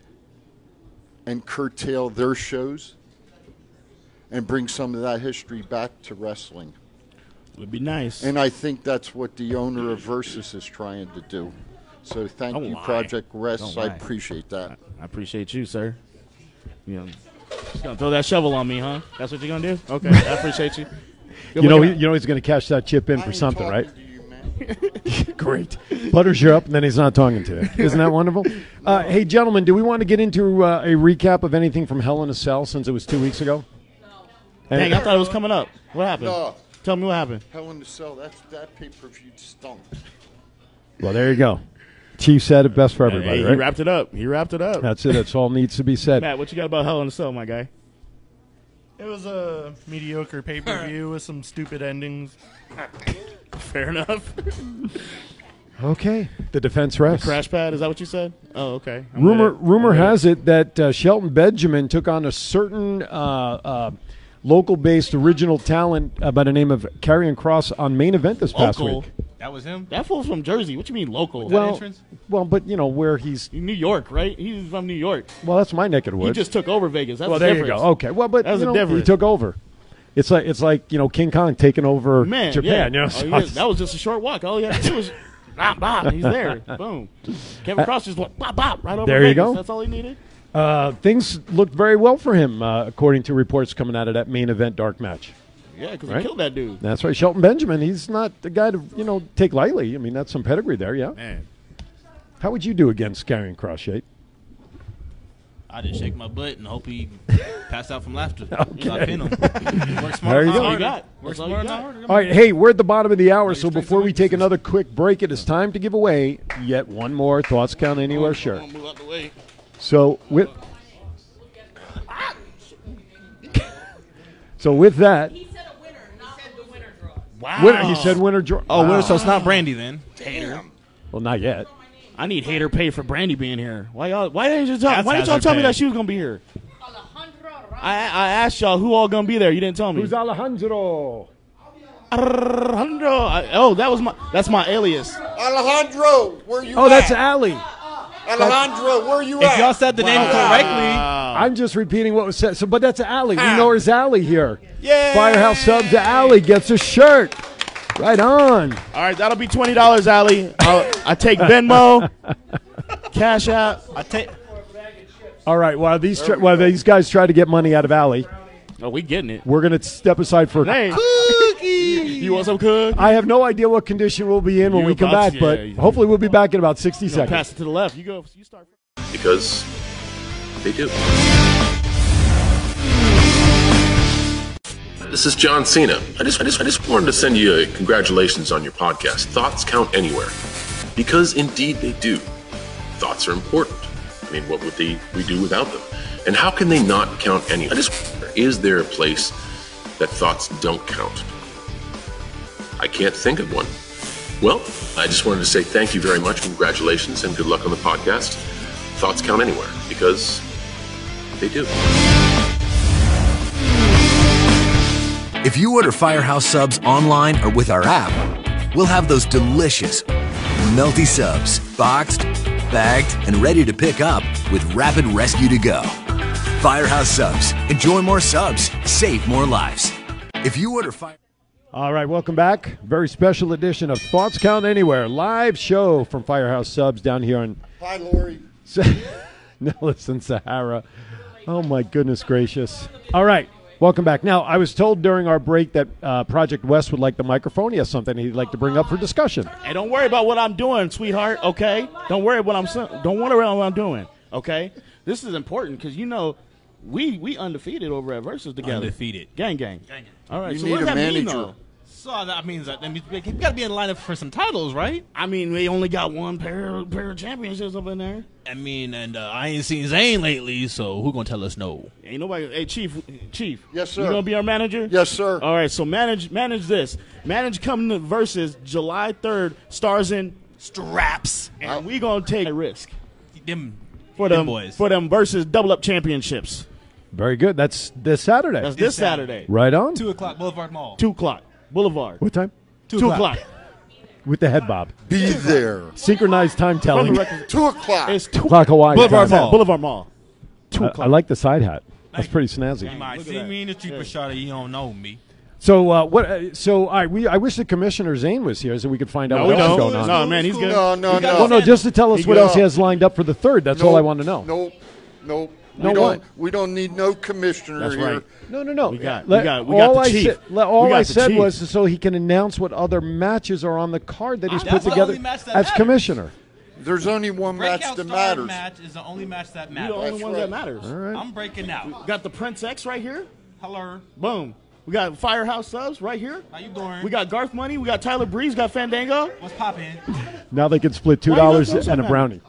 E: and curtail their shows and bring some of that history back to wrestling.
D: Would be nice.
E: And I think that's what the owner of Versus is trying to do. So thank
D: Don't
E: you,
D: lie.
E: Project Rest.
D: Don't
E: I
D: lie.
E: appreciate that.
D: I appreciate you, sir. You know, just gonna throw that shovel on me, huh? That's what you're gonna do? Okay, I appreciate you. Good
C: You know, he,
D: looking
C: you know he's going to cash that chip in for something, right? Great. Butters you up, and then he's not talking to you. Isn't that wonderful? Uh, hey, gentlemen, do we want to get into uh, a recap of anything from Hell in a Cell since it was two weeks ago?
D: out. Dang, I thought it was coming up. What happened?
E: No.
D: Tell me what happened.
E: Oh, Hell in the Cell, that's, that pay per view stunk.
C: Well, there you go. Chief said it best for everybody,
D: Hey, He
C: right?
D: wrapped it up. He wrapped it up.
C: That's it. That's all needs to be said.
D: Matt, what you got about Hell in a Cell, my guy?
F: It was a mediocre pay per view with some stupid endings. [LAUGHS]
D: Fair enough.
C: Okay. The defense refs.
D: Crash pad, is that what you said? Oh, okay. I'm
C: rumor
D: with it.
C: rumor
D: I'm with
C: has it that uh, Shelton Benjamin took on a certain uh, uh, local based original talent uh, by the name of Carrion Cross on main event this past
D: Local.
C: week.
L: That was him?
D: That fool's from Jersey. What you mean local?
C: Well, well, but you know where he's.
D: New York, right? He's from New York.
C: Well, that's my neck of the
D: He
C: woods.
D: just took over Vegas. That's
C: well,
D: the
C: there you
D: difference.
C: go. Okay. Well, but
D: That's
C: you
D: the
C: know, he
D: difference.
C: took over. It's like it's like you know King Kong taking over
D: Man,
C: Oh, Japan.
D: yeah.
C: You know,
D: All
C: so [LAUGHS]
D: he
C: it's-
D: did- that was just a short walk. All you had to do was bop, bop, and
C: [LAUGHS]
D: he's there. Boom. Kevin Cross just went bop, bop, right over
C: There you
D: Vegas.
C: go.
D: That's all he needed.
C: uh, things looked very well for him, uh, according to reports coming out of that main event dark match.
D: Yeah, because
C: Right.
D: he killed that dude.
C: That's right, Shelton Benjamin. He's not the guy to you know take lightly. I mean, that's some pedigree there. Yeah.
D: Man.
C: How would you do against Karrion Cross shape?
P: I just shake my butt and hope he passed out from laughter.
C: [LAUGHS] Okay.
P: So I pin him. Work smart,
C: There you
P: not
C: go.
P: harder.
C: You got.
P: Work smart, not harder.
C: All right, hey, we're at the bottom of the hour, so before we take another quick break, it is time to give away yet one more Thoughts Count
P: Oh,
C: Anywhere shirt. So with so with that,
P: Wow.
C: Winner- he said winner draw-
P: Oh, winner,
C: Wow.
P: so it's
A: Ah.
P: not Brandy then.
D: Damn.
C: well, not yet.
D: I need hater pay for Brandy being here. Why y'all? Why didn't you tell?
P: That's
D: Why didn't y'all
P: hazard
D: tell me
P: pay.
D: that she was gonna be here? I I asked y'all who all gonna be there. You didn't tell me.
C: Who's Alejandro?
D: Alejandro. I- oh, that was my. That's my alias.
E: Alejandro, where you
C: Oh,
E: at?
C: that's
P: Ah.
C: Allie.
E: Alejandro, where you at?
C: I'm just repeating what was said. So, but that's Allie.
P: Ah.
C: We know her as Allie here.
D: Yay!
C: Firehouse Subs Allie gets a shirt. Right on.
D: All right, that'll be twenty dollars, Ali. I'll- I take Venmo, Cash App. I take.
C: All right. While these try, while these guys try to get money out of Allie,
D: Oh, we getting it.
C: we're gonna step aside for.
D: Hey, you want some cook?
C: I have no idea what condition we'll be in when
D: You
C: we come back,
D: about- yeah,
C: but
D: you-
C: hopefully we'll be back in about 60
D: No,
C: seconds.
D: pass it to the left. You go. You start.
J: Because they do. This is John Cena. I just, I just, I just wanted to send you a congratulations on your podcast. Thoughts count anywhere, because indeed they do. Thoughts are important. I mean, what would they we do without them? And how can they not count any? I just wonder, is there a place that thoughts don't count? I can't think of one. Well, I just wanted to say thank you very much, congratulations, and good luck on the podcast. Thoughts count anywhere because they do.
I: If you order Firehouse subs online or with our app, we'll have those delicious, melty subs boxed, bagged, and ready to pick up with Rapid Rescue to Go. Firehouse subs. Enjoy more subs, save more lives. If you order Fire.
C: All right, welcome back. Very special edition of Thoughts Count Anywhere live show from Firehouse Subs down here on [LAUGHS]
E: Hi, Lori.
C: Nellis and Sahara. Oh my goodness gracious! All right, welcome back. Now I was told during our break that uh, Project West would like the microphone. He has something he'd like to bring up for discussion.
D: Hey, don't worry about what I'm doing, sweetheart. Okay, don't worry what I'm sa- don't worry about what I'm doing. Okay, this is important because you know we we undefeated over at versus together.
P: Undefeated.
D: gang gang.
P: Gang gang.
D: All right,
P: You
D: so
P: need
D: what does
P: a
D: that mean,
P: manager.
D: though?
P: So that means that that means you got to be in line for some titles, right?
D: I mean, we only got one pair pair of championships up in there.
P: I mean, and uh, I ain't seen Zane lately, so who gonna tell us no?
D: Ain't nobody. Hey, chief, chief.
E: Yes,
D: You
E: sir.
D: gonna be our manager? Yes, sir.
C: Uh,
D: All right, so manage manage this. Manage coming to versus July third. Stars in straps, and we gonna take a Uh, risk
P: Them
D: for
P: them
D: them
P: boys.
D: for them versus double up championships.
C: Very good. That's this Saturday.
D: That's this Saturday.
C: Right on.
P: Two o'clock, Boulevard Mall.
D: Two o'clock, Boulevard.
C: What time?
D: Two, o'clock. [LAUGHS]
C: With the head bob.
E: Be there.
C: Synchronized time telling.
E: Two o'clock.
D: It's two
C: Clock Hawaii.
D: Boulevard
C: time.
D: Mall. Boulevard Mall. Two
C: I, I
D: o'clock.
C: like the side hat. That's pretty snazzy.
P: You might see me in the cheaper shot, you don't know me.
C: So uh, what? Uh, so I we I wish the commissioner Zane was here so we could find out
D: No,
C: what
D: we
C: else is
D: don't.
C: going on.
D: No, man, he's good. No, no, We got-
C: Well, no, just to tell us
D: He
C: what
D: good.
C: else he has lined up for the third. That's all I want to know.
E: Nope. Nope.
C: No
E: we
C: what?
E: don't, we don't need no commissioner
C: That's
E: here.
C: right. No, no, no.
E: We got-
C: Let-
E: we got- we got
C: all
E: the
C: I
E: chief.
C: Said, let-
E: We
C: all
E: got
C: I
E: the
C: said
E: chief.
C: was so he can announce what other matches are on the card that he's
P: Ah, That's
C: put
P: the
C: together
P: only match that
C: as
P: matters.
C: commissioner.
E: There's only one match
P: Breakout
E: that
P: star
E: matters.
P: match is the only match that
D: We're
P: matters.
D: the only ones that matters.
P: I'm breaking out.
D: Got the Prince X right here.
P: Hello.
D: Boom. We got Firehouse Subs right here.
P: How you doing?
D: We got Garth Money. We got Tyler Breeze. Got Fandango.
P: What's poppin'?
C: Now they can split two
D: Why you got
C: dollars
D: those
C: and a
D: on
C: brownie.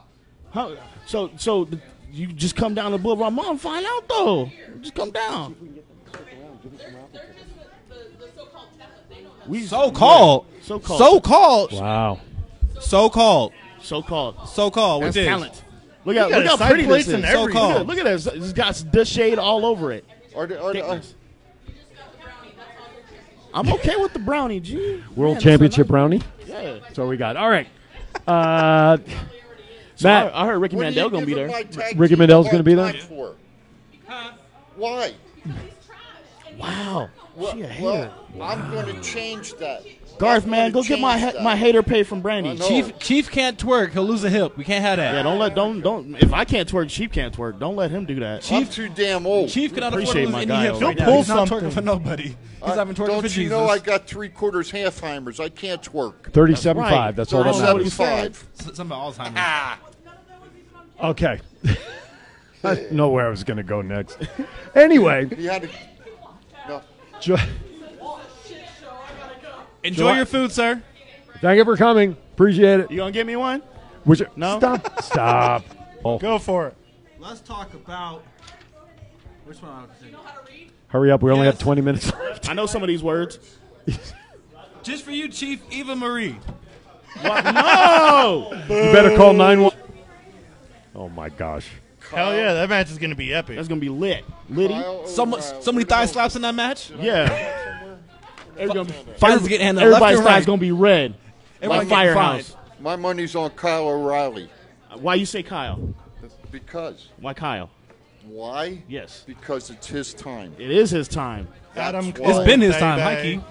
D: How, so so th- you just come down to Boulevard Mall and find out though. Just come down. We
P: So called.
D: So called.
P: So called.
C: Wow.
P: So called.
D: So called.
P: So called. What
D: That's
P: this?
D: talent. Look
P: You
D: at
P: got
D: look
P: a
D: how
P: side
D: pretty
P: plates
D: this
P: and
D: is.
P: everything.
D: Look at- Look at this. It's got the shade all over it.
E: Are they- are they- uh, are-
D: I'm okay with the brownie, G.
C: World
D: Man,
C: Championship brownie.
D: that's a nice- Yeah.
C: That's all we got. All right. Uh,
D: So
C: Matt,
D: I, I heard Ricky
E: What are
D: Mandel
E: you
D: gonna be
E: giving
D: there.
E: my tag
C: Ricky
E: team
C: Mandel's
E: a
C: gonna be
E: hard
C: there?
E: time for? Why?
D: Wow.
E: Well,
D: She a hater.
E: well, I'm going to change that.
D: Garth, man, go get my
A: change
D: ha- my hater pay from Brandy.
A: Chief Chief can't twerk. He'll lose a hip. We can't have that.
D: Yeah, don't let don't don't. If I can't twerk, Chief can't twerk. Don't let him do that.
E: Chief too damn old.
A: Chief
D: cannot afford to Appreciate lose my any guy hips. over
E: Don't
D: He'll there. pull something.
A: for nobody. He's not been twerking
E: Don't
A: for
E: you
A: Jesus.
E: know I got three quarters Halfheimers? I can't twerk.
C: 37.5, That's right. that's all that matters.
E: Thirty-seven five.
A: Something about Alzheimer's.
C: Okay. [LAUGHS] I didn't know where I was going to go next. Anyway,
E: You had to. No.
C: Ju-
A: Enjoy
C: July-
A: your food, sir.
C: thank you for coming. Appreciate it.
D: You gonna get me one?
C: Which,
D: No?
C: Stop. Stop. Oh.
D: [LAUGHS] Go for it.
L: Let's talk about which one. I was thinking.
C: Hurry up. We only have 20 minutes [LAUGHS] left.
D: I know some of these words.
L: Just for you, Chief Eva Marie.
D: No.
C: You better call 911. Oh, my gosh.
F: Hell yeah, that match is gonna be epic. That's
D: gonna be lit. Liddy.
A: So, mu- so many thigh slaps in that match.
D: Yeah.
A: Fines getting handed left
D: Everybody's
A: and right.
D: side's gonna be red.
E: Everyone
D: Like
E: getting
D: firehouse.
E: My money's on Kyle O'Reilly
D: Why you say Kyle?
E: because
D: Why Kyle?
E: why?
D: Yes.
E: Because it's his time.
D: It is his time.
E: That's
D: Adam
E: why-
D: Cole, It's been his time, baby. Mikey.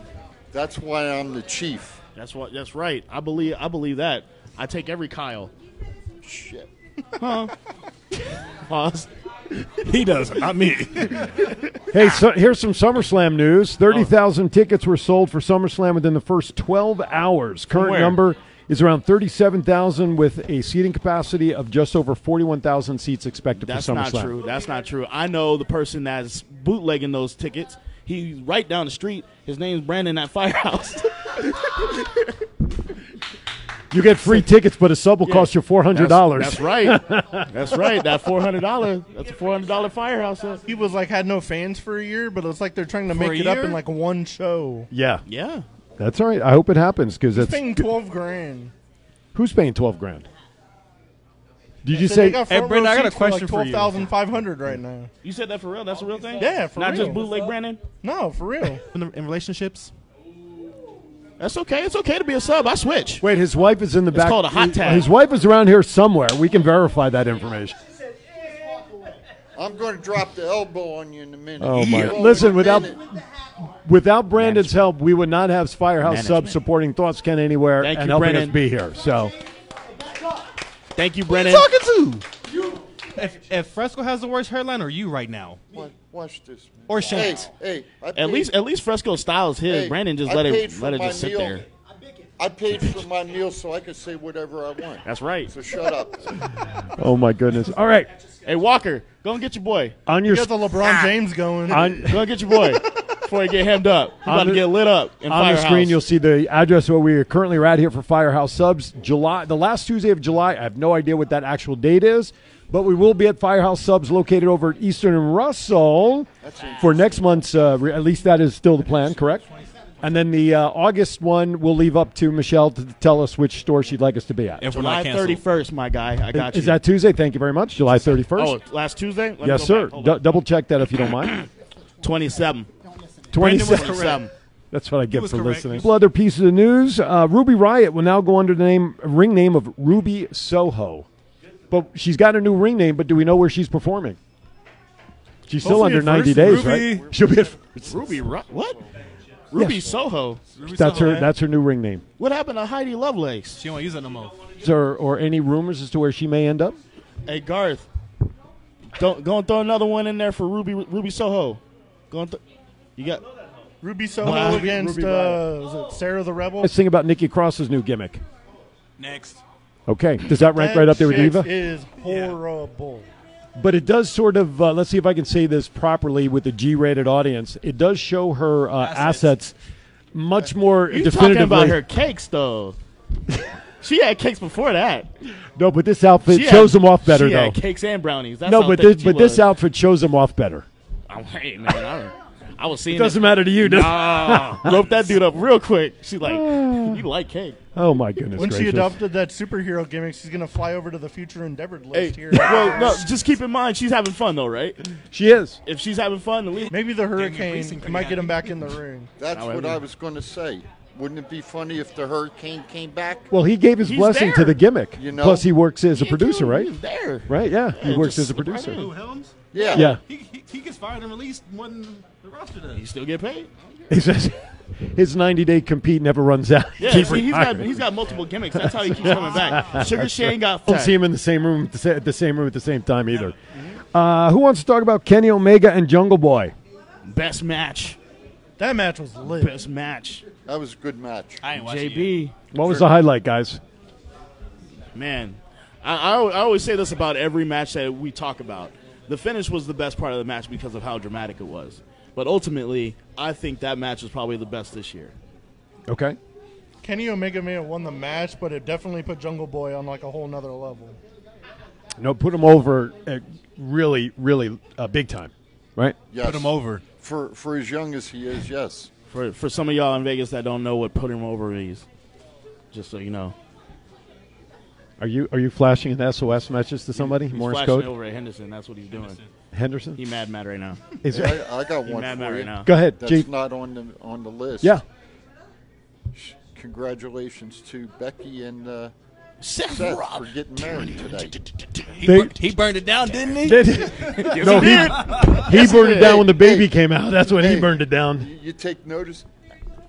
E: That's why I'm the chief.
D: That's what. That's right. I believe. I believe that. I take every Kyle.
E: Shit.
D: Huh? Pause.
L: He does it, not me.
D: Ah.
C: Hey, so here's some SummerSlam
D: Oh.
C: news. 30,000 tickets were sold for SummerSlam within the first 12 hours. Current
D: Where?
C: number is around 37,000 with a seating capacity of just over 41,000 seats expected
D: That's
C: for
D: not
C: SummerSlam.
D: true. That's not true. I know the person that's bootlegging those tickets. He's right down the street. His name's Brandon at Firehouse. [LAUGHS]
C: You get
D: [LAUGHS]
C: free tickets, but a sub will cost you $400.
D: That's, that's
C: [LAUGHS]
D: right. That's right. That four hundred dollar. That's a four hundred dollar Firehouse. Uh, Sub.
F: He was like had no fans for a year, but it's like they're trying to
D: For
F: make
D: a
F: it up
D: year?
F: in like one show.
C: yeah.
D: Yeah.
C: That's all right. I hope it happens because
F: He's
C: that's [LAUGHS]
F: paying twelve grand.
C: who's paying 12 grand? Did you
F: So
C: say
F: they got front row seats for, like Twelve thousand five hundred right now.
D: You said that for real? That's a real thing?
F: Yeah, for
D: Not
F: real.
D: just bootleg Brandon?
F: No, for real.
L: in, the, in relationships.
D: That's okay. It's okay to be a sub. I switch.
C: Wait, his wife is in the
D: It's
C: back.
D: called a hot tag.
C: His wife is around here somewhere. We can verify that information.
E: I'm going to drop the elbow on you in a minute.
C: Oh my!
E: Elbow in
C: Listen,
E: a
C: without
E: minute.
C: without Brandon's help, we would not have Firehouse
D: Management.
C: Sub supporting Thoughts Can Anywhere
D: Thank
C: and
D: you,
C: helping
D: Brandon.
C: us be here. So
D: Thank you, Brandon.
L: talking to? If, if Fresco has the worst hairline, or you right now?
E: Wa- Watch this. man.
L: Or Shanks.
E: Hey, hey I
D: At
E: paid-
D: least, at least Fresco styles his.
E: hey,
D: Brandon just
E: I
D: let
E: paid
D: it
E: for
D: let it
E: my
D: just sit
E: meal.
D: there.
E: I paid for my meal so I could say whatever I want.
D: That's right.
E: So shut
D: [LAUGHS]
E: up.
C: Oh my goodness! All right,
D: Hey Walker, go and get your boy.
C: on your
F: You got the LeBron James going.
C: on,
D: Go and get your boy before he get hemmed up. He about
C: On
D: to
C: the-
D: get lit up in
C: on the
D: Firehouse.
C: screen, you'll see the address where we are currently right here for Firehouse Subs. July, the last Tuesday of July. I have no idea what that actual date is, but we will be at Firehouse Subs located over at Eastern and Russell for next month's. Uh, re- at least that is still the plan, correct? And then the uh, August one, we'll leave up to Michelle to tell us which store she'd like us to be at.
A: If we're
D: July
A: not
D: thirty
A: canceled.
D: first, my guy. I got
C: Is
D: you.
C: that Tuesday? Thank you very much. July thirty first.
D: Oh, last Tuesday? Let me
C: yes,
D: go
C: sir.
D: back. Hold
C: Du-
D: on.
C: double check that if you don't mind.
D: 27.
C: Twenty
D: Brandon was
C: seven.
D: correct.
C: That's what I get
L: was
C: for
L: correct.
C: listening.
L: He
C: Couple other pieces of news: uh, Ruby Riot will now go under the name ring name of Ruby Soho, but she's got a new ring name. But do we know where she's performing? She's still
F: Hopefully
C: under
F: at
C: ninety
F: first,
C: days,
L: Ruby.
C: right? She'll be. At first.
D: Ruby, Ru- what? Ruby Soho.
C: That's her. That's her new ring name.
D: What happened to Heidi Lovelace?
L: She won't use it no more.
C: Or, or any rumors as to where she may end up?
D: Hey Garth, don't go and throw another one in there for Ruby Ruby Soho. Go and th- you got
F: Ruby Soho
D: Wow.
F: against
D: Ruby
F: uh, was it Sarah the Rebel.
C: Let's think about Nikki Cross's new gimmick.
L: Next.
C: Okay, does that rank
F: That
C: right up there with
F: chick
C: Eva?
F: Is horrible.
C: But it does sort of. Uh, let's see if I can say this properly with a G-rated audience. It does show her uh, assets. much more
D: you talking
C: definitively.
D: about her cakes though. [LAUGHS] she had cakes before that.
C: No, but this outfit
D: She had-
C: shows them off better,
D: She
C: though.
D: had cakes and brownies. That's
C: no,
D: how
C: but
D: thick
C: this,
D: she
C: but this
D: was.
C: outfit shows them off better.
D: I'm hey man, I, don't- I was seeing
C: It doesn't matter to you, does [LAUGHS]
D: Nah. rope that dude up real quick.
C: [SIGHS]
D: She's like, you like cake?
C: Oh
D: [LAUGHS]
C: my goodness
F: when she
C: gracious.
F: adopted that superhero gimmick, she's gonna fly over to the future endeavored list
D: Hey,
F: here.
D: [LAUGHS] well, no, just keep in mind she's having fun though, right?
C: she is.
D: If she's having fun, at least
F: Maybe the hurricane
L: racing
F: might
L: fan.
F: get him back in the ring.
E: That's what
D: However.
E: I was going to say. Wouldn't it be funny if the hurricane came back?
C: Well, he gave his
D: He's
C: blessing to
D: there.
C: the gimmick.
E: You know?
C: Plus, he works as a
D: Yeah,
C: producer,
D: dude,
C: right?
D: he's there.
C: Right? Yeah, he
D: Yeah,
C: works
D: just
C: as a
D: slip right
C: producer.
D: in.
L: Who Helms?
E: Yeah.
C: yeah, [LAUGHS]
L: He, he he gets fired and released more than the roster does.
D: You still get paid?
C: he says. [LAUGHS] his 90 day compete never runs out.
D: Yeah,
C: Keep
D: see, he's got
C: retiring.
D: he's got multiple gimmicks. That's how he keeps coming back.
C: [LAUGHS]
D: Sugar
C: That's
D: Shane
C: right.
D: got
C: Don't see him in the same room at the, sa- at the same room at the same time either. Uh, who wants to talk about Kenny Omega and Jungle Boy?
D: best match.
L: That match was lit.
D: Best match.
E: That was a good match.
D: I ain't watching JB.
C: What was the highlight, guys?
D: Man, I, I, al- I always say this about every match that we talk about. The finish was the best part of the match because of how dramatic it was. But ultimately, I think that match was probably the best this year.
C: Okay.
F: Kenny Omega may have won the match, but it definitely put Jungle Boy on like a whole nother level.
C: No, put him over uh, really, really uh, big time, right?
E: Yes.
A: Put him over.
E: For for as young as he is, yes.
D: For for some of y'all in Vegas that don't know what put him over is, just so you know,
C: Are you are you flashing an SOS message to somebody?
D: he's
C: Morse
D: flashing
C: code.
D: over at Henderson. That's what he's doing. Henderson.
C: Henderson?
D: He mad
C: [LAUGHS]
D: mad right now.
C: Is
E: Hey, I, I got
D: He
E: one
D: mad
E: for
D: mad
E: you.
D: right now.
C: Go ahead,
E: That's
C: Jake.
E: not on the on the list. [LAUGHS]
C: Yeah.
E: Sh- Congratulations to Becky and uh,
D: Seth,
E: for getting married today.
C: He They- bur-
E: he burned it down, didn't he?
C: Did he? no, he, he burned it down when the baby came out. That's when he burned it down.
E: You take notice.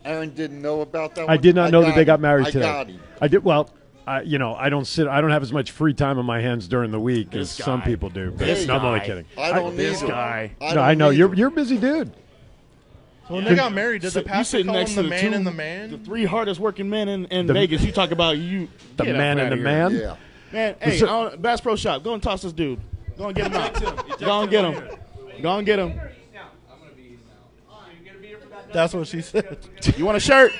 E: Aaron didn't know about that.
C: I
E: one?
C: did not know that they
E: him.
C: got married
E: I
C: today.
E: got him.
C: I did well. I, you know, I don't sit. I don't have as much free time on my hands during the week as
E: This
C: some
E: guy.
C: people do. But
E: This
C: no, I'm only
E: guy.
C: kidding.
E: I don't
C: this
E: either.
C: guy.
E: I
C: no, I
E: don't
C: know you're you're a busy dude.
F: So when they got married, did
D: So
F: the
D: you
F: pastor
D: sitting
F: call
D: next
F: him the
D: to the
F: man
D: two-
F: and the man?
D: The three hardest working men in, in
C: The-
D: Vegas. You talk about you.
C: The
D: Get up
C: man and
D: outta
C: the
D: here.
C: man.
D: Man, hey, I don't, Bass Pro Shop, go and toss this dude. Go and get him out. go and get him. Go and get him.
F: That's what she said.
D: You want
C: [LAUGHS]
D: a shirt?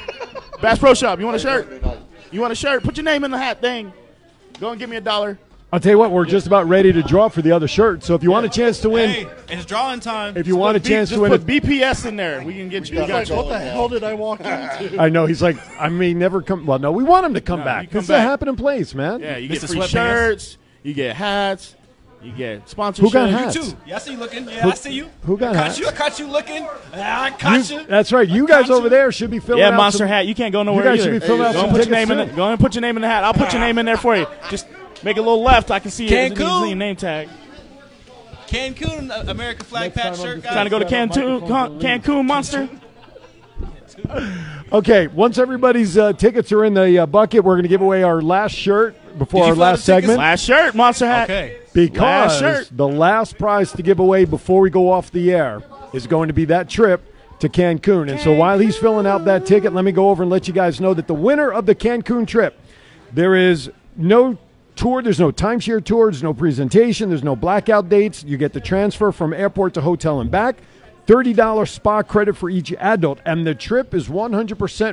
D: Bass Pro Shop, you want a shirt? You want a shirt? Put your name in the hat thing. Go and give me a dollar.
C: I'll tell you what. We're just about ready to draw for the other shirt. So if you want a chance to win,
D: Hey,
L: it's drawing time.
C: If you want a
D: Put B-
C: chance to
D: just
C: win
D: put
C: a-
D: BPS in there. We can get you.
F: He's like, what the hell did I
D: [LAUGHS]
F: walk into?
C: I know he's like, I may never come. Well, no, we want him to come back.
D: come
C: this is
D: back.
C: a happening place, man.
D: Yeah, you get
C: Mr.
D: free
C: Sweatpants.
D: shirts. You get hats. You get sponsorships.
C: Who got hats? You too.
A: Yeah, I see you looking. Yeah,
C: Who-
A: I see you.
C: who
A: I
C: got
A: caught
C: hot?
A: you. I caught you looking. I
C: You-
A: caught you.
C: that's right. You guys over there should be filling
D: Yeah,
C: out
D: monster
C: some-
D: hat. You can't go nowhere.
C: You guys
D: either.
C: should be filling out
D: go
C: some
D: and put your
C: tickets
D: name in.
C: too.
D: The, go and put your name in the hat. I'll put your name in there for you. Just make a little left. I can see it. Just need to
A: Cancun.
D: see your name tag.
A: Cancun uh, American flag patch shirt.
D: Trying to go to Cancun, Con- Cancun Monster.
C: Okay, once everybody's uh, tickets are in the uh, bucket, we're going to give away our last shirt before our last segment.
D: Last shirt, monster hat.
C: Okay.
D: Last
C: Because
D: shirt.
C: the last prize to give away before we go off the air is going to be that trip to Cancun. And so while he's filling out that ticket, let me go over and let you guys know that the winner of the Cancun trip, there is no tour, there's no timeshare tour, there's no presentation, there's no blackout dates. You get the transfer from airport to hotel and back. $30 spa credit for each adult, and the trip is 100%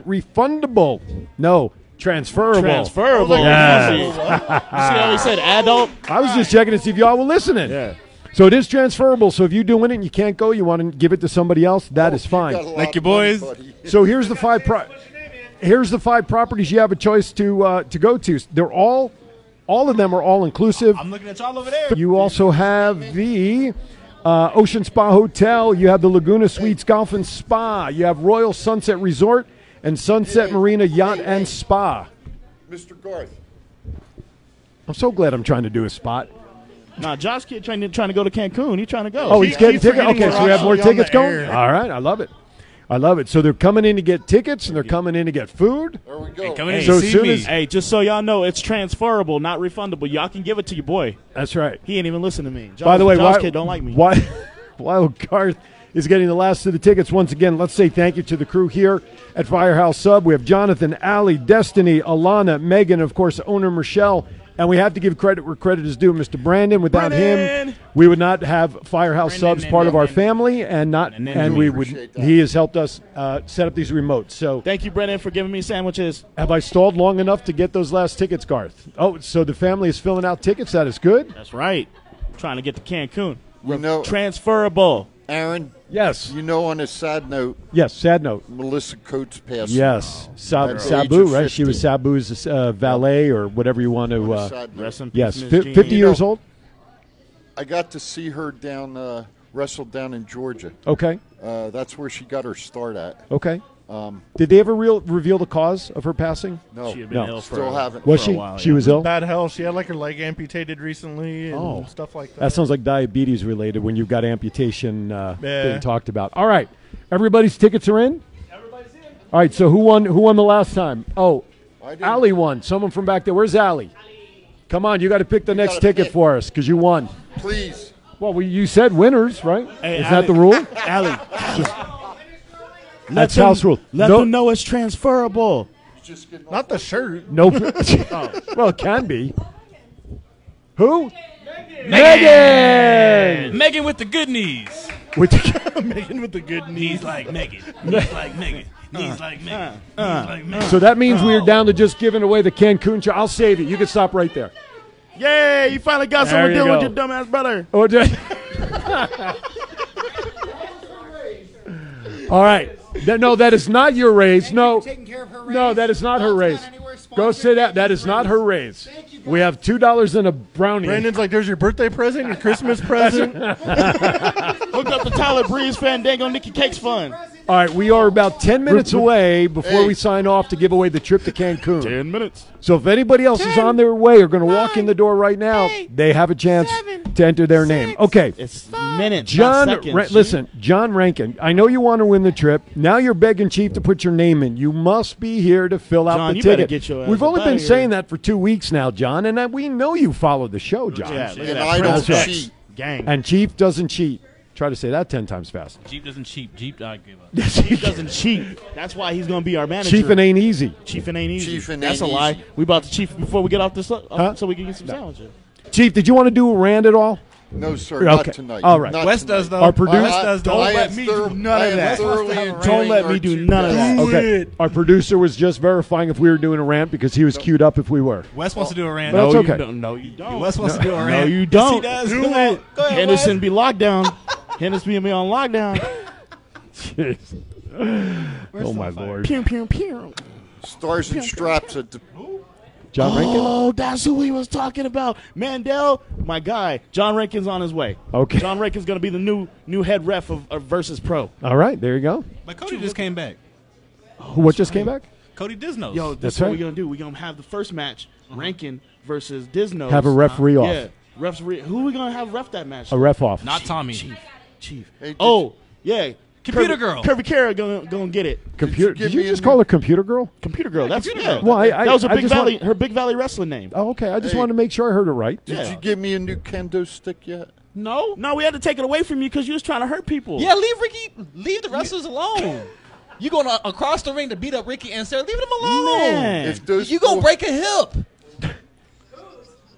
C: refundable. No, transferable.
D: Transferable.
C: Yes.
D: You see how he said adult?
C: I was just checking to see if y'all were listening. Yeah. So it is transferable. So if you're doing it and you can't go, you want to give it to somebody else, that
A: Oh,
C: is fine.
E: got a lot Thank you, of money, boys. buddy.
C: So here's the five pro- here's the five properties you have a choice to uh, to go to. They're all all of them are all inclusive.
A: I'm looking at y'all over there.
C: You also have the uh, Ocean Spa Hotel. You have the Laguna Suites Golf and Spa. You have Royal Sunset Resort and Sunset Marina Yacht and Spa.
E: Mr. Garth,
C: I'm so glad I'm trying to do a spot.
D: Nah, Josh kid trying to trying to go to Cancun. He trying to go.
C: Oh, he's
D: He-
C: getting
D: he's
C: tickets.
D: forgetting
C: Okay,
D: we're
C: so we have more
D: actually on
C: tickets
D: the
C: going.
D: air.
C: All right, I love it. I love it. So they're coming in to get tickets, and they're coming in to get food.
E: there we go.
C: in and So see soon me. as-
D: hey, just so y'all know, it's transferable, not refundable. Y'all can give it to your boy.
C: That's right.
D: He ain't even listen to me. Josh,
C: By the way,
D: Josh
C: why,
D: kid don't like me.
C: Why, [LAUGHS] while Garth is getting the last of the tickets, once again, let's say thank you to the crew here at Firehouse Sub. We have Jonathan, Ali, Destiny, Alana, Megan, of course, owner Michelle. And we have to give credit where credit is due, Mr. Brandon. Without
D: Brandon!
C: him, we would not have Firehouse Subs part of our family, and not and,
D: Brandon.
C: we
D: We
C: would.
D: appreciate that.
C: He has helped us uh, set up these remotes. So
D: Thank you, Brennan, for giving me sandwiches.
C: Have I stalled long enough to get those last tickets, Garth? Oh, so the family is filling out tickets. That is good.
D: That's right. trying to get to Cancun.
E: you know,
D: Transferable.
E: Aaron.
C: Yes.
E: You know, on a side note,
C: Yes. Sad note.
E: Melissa Coates passed.
C: Yes. Sab-
E: At the
C: Sabu,
E: age of
C: right? She was
E: 50.
C: Sabu's uh, valet or whatever you want to.
E: On a
C: Uh,
E: side note. Rest in peace,
C: yes.
E: Miss
C: Fi
E: Jean.
C: 50
E: You know-
C: years old.
E: I got to see her down uh, wrestle down in Georgia.
C: Okay.
E: Uh, that's where she got her start at.
C: Okay.
E: Um,
C: Did they ever real, reveal the cause of her passing?
E: No. She
F: had
E: been ill for Still a- haven't.
C: Was
E: for a
C: she?
E: while,
C: she
E: yeah.
D: Oh.
C: was ill.
F: Bad hell. She had like her leg amputated recently and
C: Oh.
F: stuff like that.
C: That sounds like diabetes related when you've got amputation uh,
F: Yeah.
C: being talked about. All right. Everybody's tickets are in? Everybody's All right, so who won? Who won the last time? Oh, Allie won. Someone from back there. Where's Allie? Come on, you got to pick the next
E: gotta
C: ticket
E: pick.
C: for us because you won.
E: Please.
C: Well, we, you said winners, right?
E: Hey,
C: Is
E: Allie-
C: that the rule?
D: Allie.
C: That's house rule.
D: Let
C: No-
D: them know it's transferable.
F: Not the shirt.
C: No. [LAUGHS] Oh. well, it can be. Who? Megan.
P: Megan with the good knees.
C: With [LAUGHS]
P: Megan with the good knees like Megan. Knees like Megan. Knees like Megan. Knees like Megan.
C: Uh,
P: Oh.
C: So that means we are down to just giving away the Cancun. Cho- I'll save it. You can stop right there.
D: Yay, you finally got
C: There
D: someone
C: you
D: dealing with
C: go.
D: your dumbass brother.
C: Oh, [LAUGHS] did- All right. That- no, that is not your raise. No. No, that is not her raise. Go sit out. That is not her raise. We have two dollars and a brownie.
F: Brandon's like, there's your birthday present, your Christmas present.
D: Look up the Tyler Breeze Fandango Nikki Cakes Fund.
C: All right, we are about 10 minutes
D: Re- re-
C: away before
D: Hey.
C: we sign off to give away the trip to Cancun. 10
D: minutes.
C: So if anybody else is on their way or going to walk in the door right now, they have a chance to enter their name. Okay.
D: It's minutes,
C: John,
D: not seconds.
C: Ra-
D: Chief.
C: listen, John Rankin, I know you want to win the trip. Now you're begging Chief to put your name in. You must be here to fill out
D: John,
C: the
D: you better
C: ticket.
D: get your ass
C: We've
D: up
C: only
D: outta
C: been
D: here.
C: saying that for two weeks now, John, and I, we know you follow the show, John.
D: Yeah, look at
E: And
D: that.
E: I don't
D: Prince X.
E: cheat.
D: Gang.
C: And Chief doesn't cheat. Try to say that 10 times fast.
P: Jeep doesn't cheap. Jeep, I give up.
C: [LAUGHS]
D: Chief doesn't cheat. That's why he's going to be our manager.
C: Chief and ain't easy.
D: Chief and ain't easy.
E: Chief and
D: That's
E: ain't
D: a lie.
E: easy.
D: We about to chief before we get off this, uh,
C: Huh?
D: so we can get some sandwiches.
C: Chief, did you want to do a rant at all?
E: No, sir, not
C: Okay.
E: tonight.
C: All right.
E: Not
C: Wes
E: tonight.
C: does, though. Our producer-
E: I-
C: does,
E: I
C: though.
E: am
C: Let me do
E: thor-
C: none
E: I
C: of
E: am
C: that.
E: thoroughly
D: Don't
E: enjoying
D: let me
E: our
D: do
E: trip.
D: none of that.
C: Okay. Our producer was just verifying if we were doing a rant because he was queued up if we were. [LAUGHS]
L: Wes wants to do a rant.
C: But that's
D: no,
C: okay.
D: You don't. No, you don't.
L: Wes wants to do a
D: No,
L: rant.
D: you
L: Yes,
D: don't.
L: he does.
D: Do
L: Come on.
D: it.
L: Go ahead,
D: Henderson
L: Wes.
D: be locked [LAUGHS] down. Henderson be on lockdown.
C: Jeez. oh my lord.
D: Pew pew pew.
E: Stars and straps at the
C: John
D: [GASPS]
C: Rankin.
D: Oh, that's who he was talking about. Mandel, my guy. John Rankin's on his way.
C: Okay.
D: John Rankin's going to be the new new head ref of, of versus pro.
C: All right, there you go.
L: But Cody just came back.
C: Who- what just came back?
L: Cody Disnos.
D: Yo, this
C: That's
D: is what
C: right.
D: we're gonna do. We're gonna have the first match, Rankin versus Disno.
C: Have a referee off.
D: Yeah, referee. Who we gonna have ref that match?
C: A ref off.
P: Not Tommy.
D: Chief. Chief.
E: Hey, did-
D: oh, yeah.
P: Computer
D: Kirby,
P: girl.
D: Kirby Kara gonna gonna get it.
C: Computer?
E: give
C: Did you
E: me
C: just
E: a-
C: call her computer girl?
D: Computer girl. That's
C: Computer
D: yeah.
C: girl. Well, I- I-
D: that was her
C: I
D: Big
C: just
D: Valley.
C: want-
D: her Big Valley wrestling name.
C: Oh, okay. I just
E: Hey.
C: wanted to make sure I heard it right.
E: Did
D: Yeah.
E: you give me a new kendo stick yet?
D: No, no, we had to take it away from you because you was trying to hurt people.
L: Yeah, leave Ricky. Leave the wrestlers alone. You going a- across the ring to beat up Ricky and Sarah? Leave them alone.
D: Man.
E: If those
L: You gonna
E: four-
L: break a hip?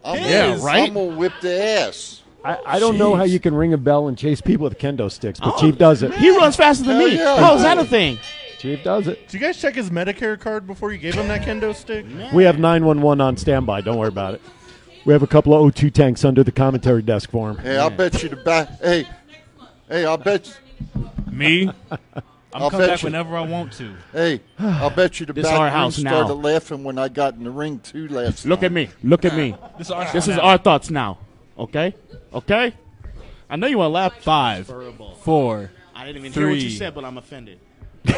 E: I'm,
L: Yeah,
D: right?
E: I'm gonna whip the ass.
C: I, I don't know how
D: Jeez.
C: you can ring a bell and chase people with kendo sticks, but
D: Oh,
C: Chief does it.
D: He runs faster than
E: Hell
D: me.
E: yeah.
D: How's that a thing?
C: Chief does it.
F: Did you guys check his Medicare card before you gave him that kendo stick?
C: We have 911 on standby. Don't worry about it. We have a couple of O2 tanks under the commentary desk for him.
E: Hey, I'll bet you the back. Hey, hey, I'll bet.
L: [LAUGHS]
P: Me?
E: I'll
P: I'm coming
E: bet
P: back
E: you.
P: whenever I want to.
E: Hey, I'll bet you the
D: This
E: back
D: our
E: ring
D: house now.
E: started laughing when I got in the ring too last.
D: Look at
E: night.
D: me. Look at me.
P: This is our
D: This is
P: now.
D: our thoughts now. Okay? Okay? I know you want to laugh.
L: Five, four.
D: I didn't even hear what you
L: Three.
D: said, but I'm offended.
E: At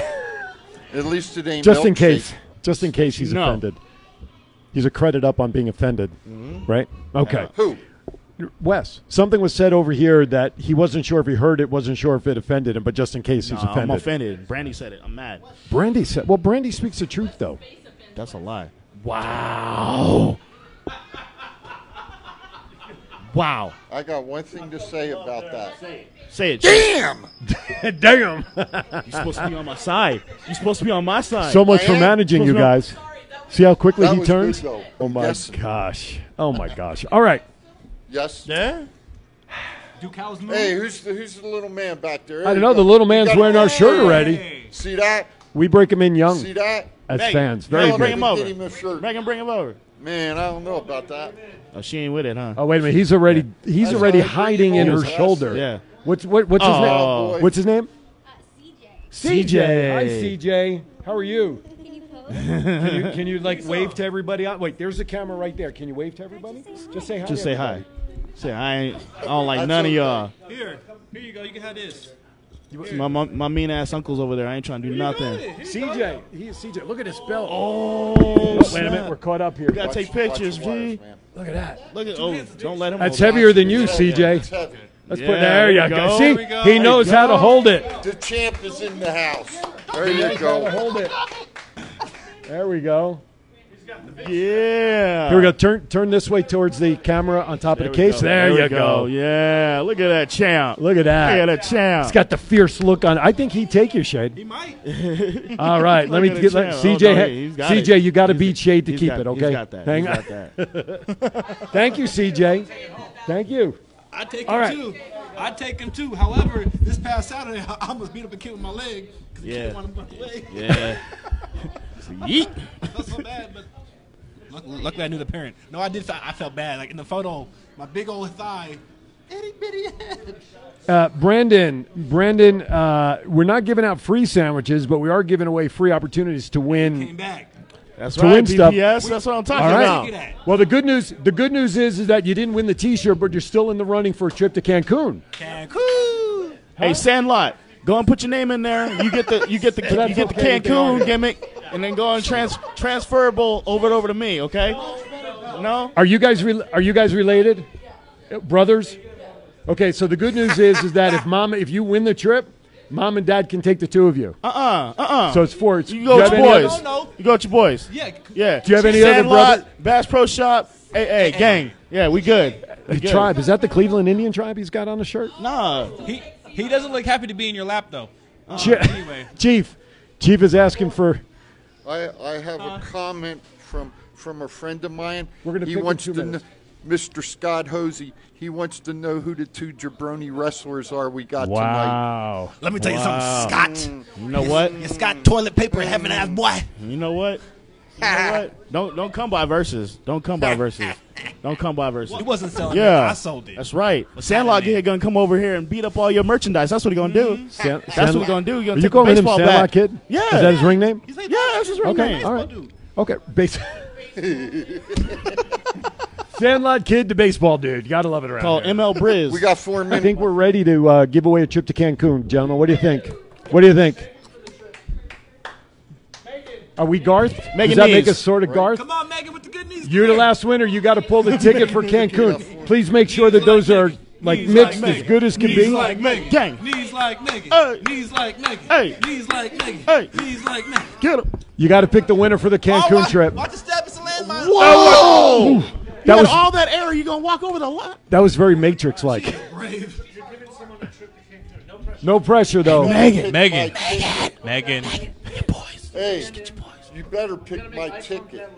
E: least it ain't
C: Just in
E: milkshake.
C: case. Just in case he's
D: No.
C: offended. He's a credit up on being offended, right? Okay.
E: Who?
C: Wes, something was said over here that he wasn't sure if he heard it, wasn't sure if it offended him, but just in case he's
D: Nah, I'm
C: offended.
D: offended. Brandy said it. I'm mad.
C: Brandy said, well, Brandy speaks the truth, though.
D: That's a lie. Wow. Wow.
E: I got one thing to say about that.
D: Say it. Chief. [LAUGHS]
E: Damn!
C: Damn.
D: You're supposed to be on my side. You're supposed to be on my side.
C: So much
E: I
C: for
E: am-
C: managing
D: was
C: you
D: not-
C: guys. See how quickly
E: That
C: he
E: was good,
C: turns?
E: though.
C: oh, my
E: Yes.
C: gosh. Oh, my gosh. All right.
E: Yes.
F: Yeah?
P: Do cows move?
E: Hey, who's the, who's the little man back there?
C: I
E: There
C: don't
E: you
C: know.
E: go.
C: The little man's
E: You got-
C: wearing our shirt already.
E: See that?
C: We break him in young
E: See that?
C: as
D: Hey,
C: fans. Very
D: Megan, bring
C: good.
D: him over.
E: Get him a shirt.
D: Megan, bring him over.
E: Man, I don't know about that.
D: Oh, she ain't with it, huh?
C: Oh, wait a minute. He's already he's
E: That's
C: already
E: right.
C: hiding in her
E: Yeah.
C: shoulder.
D: Yeah.
C: What's what, what's his
D: Oh,
C: name?
E: boy.
C: What's his name?
D: CJ.
C: Hi, CJ. How are you? [LAUGHS] Can you, can you like wave to everybody? out? Wait, there's a camera right there. Can you wave to everybody? Just say hi.
D: Just
C: to
D: say
C: everybody.
D: hi. Say I ain't. I don't like
E: That's
D: none of
E: okay.
D: y'all.
L: Here, here you go. You can have this.
D: My, my my mean ass uncle's over there. I ain't trying to do nothing.
C: CJ. He is CJ. Look at his belt.
D: Oh,
C: wait a minute. We're caught up here.
D: gotta
E: Watch-
D: take
E: watch
D: pictures,
E: your wires,
D: G.
E: man.
C: Look at that.
D: Look at oh, don't let him.
C: That's
D: hold
C: heavier
D: on.
C: than you,
E: It's
C: CJ.
E: heavy.
C: Let's
D: Yeah,
C: put there.
D: there
C: You
D: we
C: go.
D: go.
C: See,
D: There we go.
C: he knows how to hold it.
E: The champ is in the house. There you go.
C: Hold it. There we go.
D: Yeah.
C: Here we go. Turn turn this way towards the camera on top of the
D: There we
C: case.
D: go.
C: There,
D: There we
C: you go.
D: go. Oh, Yeah. Look at that champ.
C: Look at that.
D: Look at that champ.
C: He's got the fierce look on. I think he'd take you, Shade. He
D: [LAUGHS]
C: might. [LAUGHS] All right. let me
D: Look at
C: get
D: the
C: let,
D: champ.
C: CJ.
D: Oh, no,
C: ha-
D: he- he's got
C: CJ,
D: it.
C: you got to
D: He's-
C: beat Shade to
D: he's
C: keep
D: got-
C: it.
D: he's
C: Okay.
D: got that.
C: Hang
D: He's
C: on. [LAUGHS]
D: got
C: Thank you, CJ. Thank you.
Q: I take
C: All
Q: him
C: right.
Q: too. I take him too. However, this past Saturday, [LAUGHS] I almost beat up a kid with my leg. 'cause the kid
D: Yeah.
Q: wanted my leg. [LAUGHS]
D: Yeah. Yeet.
Q: I felt so bad, but luck- luckily I knew the parent. No, I did. fe- I felt bad. Like in the photo, my big old thigh, itty bitty [LAUGHS] head.
C: Uh, Brandon, Brandon, uh, we're not giving out free sandwiches, but we are giving away free opportunities to win.
D: That's
C: to
D: right,
C: win stuff.
D: BPS, that's what I'm talking
C: All
D: about. Look
C: right. Well, the good news, the good news is, is that you didn't win the T-shirt, but you're still in the running for a trip to Cancun.
D: Hey, Sandlot, go and put your name in there. You get the you get the
C: But [LAUGHS] that's
D: you get the
C: okay, they are.
D: Cancun gimmick, and then go and trans, transferable over it over to me. Okay? No.
C: Are you guys re- are you guys related, Uh, brothers? Okay, so the good news is, is that if mom, if you win the trip, mom and dad can take the two of you.
D: Uh uh-uh, uh. Uh-uh.
C: So it's four. It's-
D: You
C: do
D: go
C: you
D: with
C: have
D: your
C: any
D: boys.
C: other-
D: You go with your boys.
Q: Yeah.
D: Yeah.
C: Do you have any other
D: Sandlot,
C: brother-
D: Bass Pro Shop. Hey, hey, gang. Yeah, we good. We
C: The
D: good.
C: tribe is that the Cleveland Indian tribe he's got on the shirt?
D: Nah.
L: He he doesn't look happy to be in your lap though. Uh,
C: Chi-
L: anyway,
C: Chief, Chief is asking for.
E: I, I have a comment from from a friend of mine.
C: We're gonna
E: he
C: pick in
E: wants
C: two
E: to
C: minutes.
E: kn- Mr. Scott Hosey. He wants to know who the two jabroni wrestlers are we got
C: Wow.
E: tonight.
Q: Let me tell you something, Scott.
D: You know what?
Q: You Scott toilet paper in heaven, ass boy.
D: You know what? You
C: Ah.
D: know what? Don't don't come by verses. Don't come by verses. Don't come by verses.
Q: He wasn't selling
D: Yeah,
Q: it. I sold it.
D: That's right. Sandlot kid gonna come over here and beat up all your merchandise. That's what he gonna do.
C: San-
D: that's
C: Mm-hmm. Sandlot-
D: what we gonna do. We're
C: Are
D: gonna
C: you
D: take a
C: calling him
D: baseball
C: Sandlot
D: bat.
C: Kid?
D: Yeah,
C: Is that his ring name?
D: yeah, that's his ring
C: okay,
D: name.
C: all right. Okay, base. [LAUGHS] Sandlot Kid to baseball dude. Gotta love it around
D: Call
C: here.
D: ML Briz. We got four
C: I think we're ready to uh, give away a trip to Cancun, gentlemen. What do you think? What do you think? Are we Garth?
D: Megan
C: Does that make
D: Neese.
C: us sort of
D: Right.
C: Garth?
Q: Come on, Megan, with the good news.
C: You're the last winner. You got to pull the ticket
Q: [LAUGHS]
C: for Cancun. Please make sure that those are like mixed as good as can
Q: Knees
C: be.
Q: like Megan.
D: Gang.
Q: Knees like Megan. Knees like Megan.
D: Hey.
Q: Knees like Megan.
D: Hey.
Q: Knees like Megan.
D: Get him.
C: You got to pick the winner for the
Q: Oh,
C: Cancun
Q: watch-
C: trip.
Q: Watch the step. It's a landmine.
D: Whoa!
C: Ooh,
D: You
C: that
D: got
C: was
D: all that air. You gonna walk over the lot?
C: that was very Matrix like.
Q: Brave.
C: No pressure though.
E: Megan.
L: Megan.
E: Megan.
L: Megan.
E: Hey, you better pick my ticket.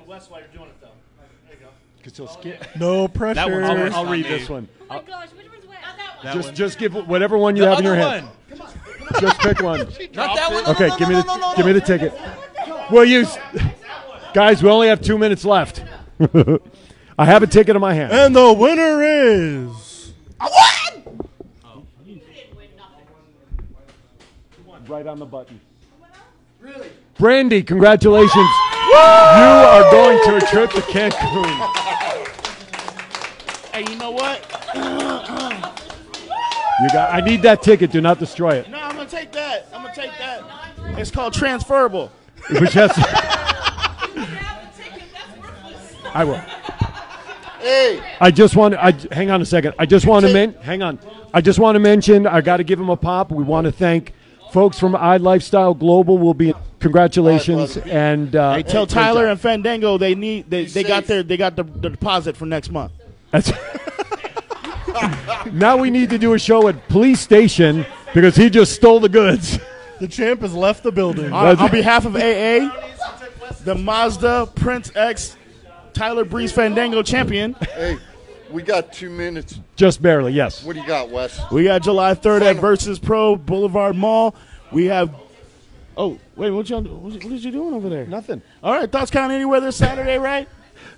C: No pressure.
L: That one's
C: I'll,
L: worse
C: I'll
L: on
C: read
L: me.
C: this one.
M: Oh my gosh, which one's wet? Not that
L: That
C: just
L: one.
C: just give whatever one you have in your hand. Just pick one.
L: Not that one.
C: Okay, give me the give me the ticket. We'll use guys. We only have two minutes left. [LAUGHS] I have a ticket in my hand.
F: And the winner is.
C: Right on the button. Brandy, congratulations. You are going to a trip to Cancun.
D: Hey, you know what?
C: You got. I need that ticket. Do not destroy it.
D: No, I'm gonna take that. I'm gonna take that. It's called transferable.
C: Which has. I will.
E: Hey,
C: I just want. I hang on a second. I just want to men. Hang on. I just want to mention. I got to give him a pop. We want to thank folks from Odd Lifestyle Global. Will be congratulations and uh,
D: Hey, tell Tyler and Fandango they need they, they got their they got the, the deposit for next [LAUGHS] month.
C: That's [LAUGHS] now we need to do a show at police station because he just stole the goods. [LAUGHS]
F: The champ has left the building.
D: On, on behalf of [LAUGHS] AA, the Mazda Prince X Tyler Breeze Fandango champion.
E: hey, we got two minutes.
C: Just barely, yes.
E: What do you got, Wes?
D: We got July 3rd at Versus Pro Boulevard Mall. We have. Oh, wait, what, y'all, what what is you doing over there?
C: Nothing.
D: All right, Thoughts Count Anywhere this Saturday, right?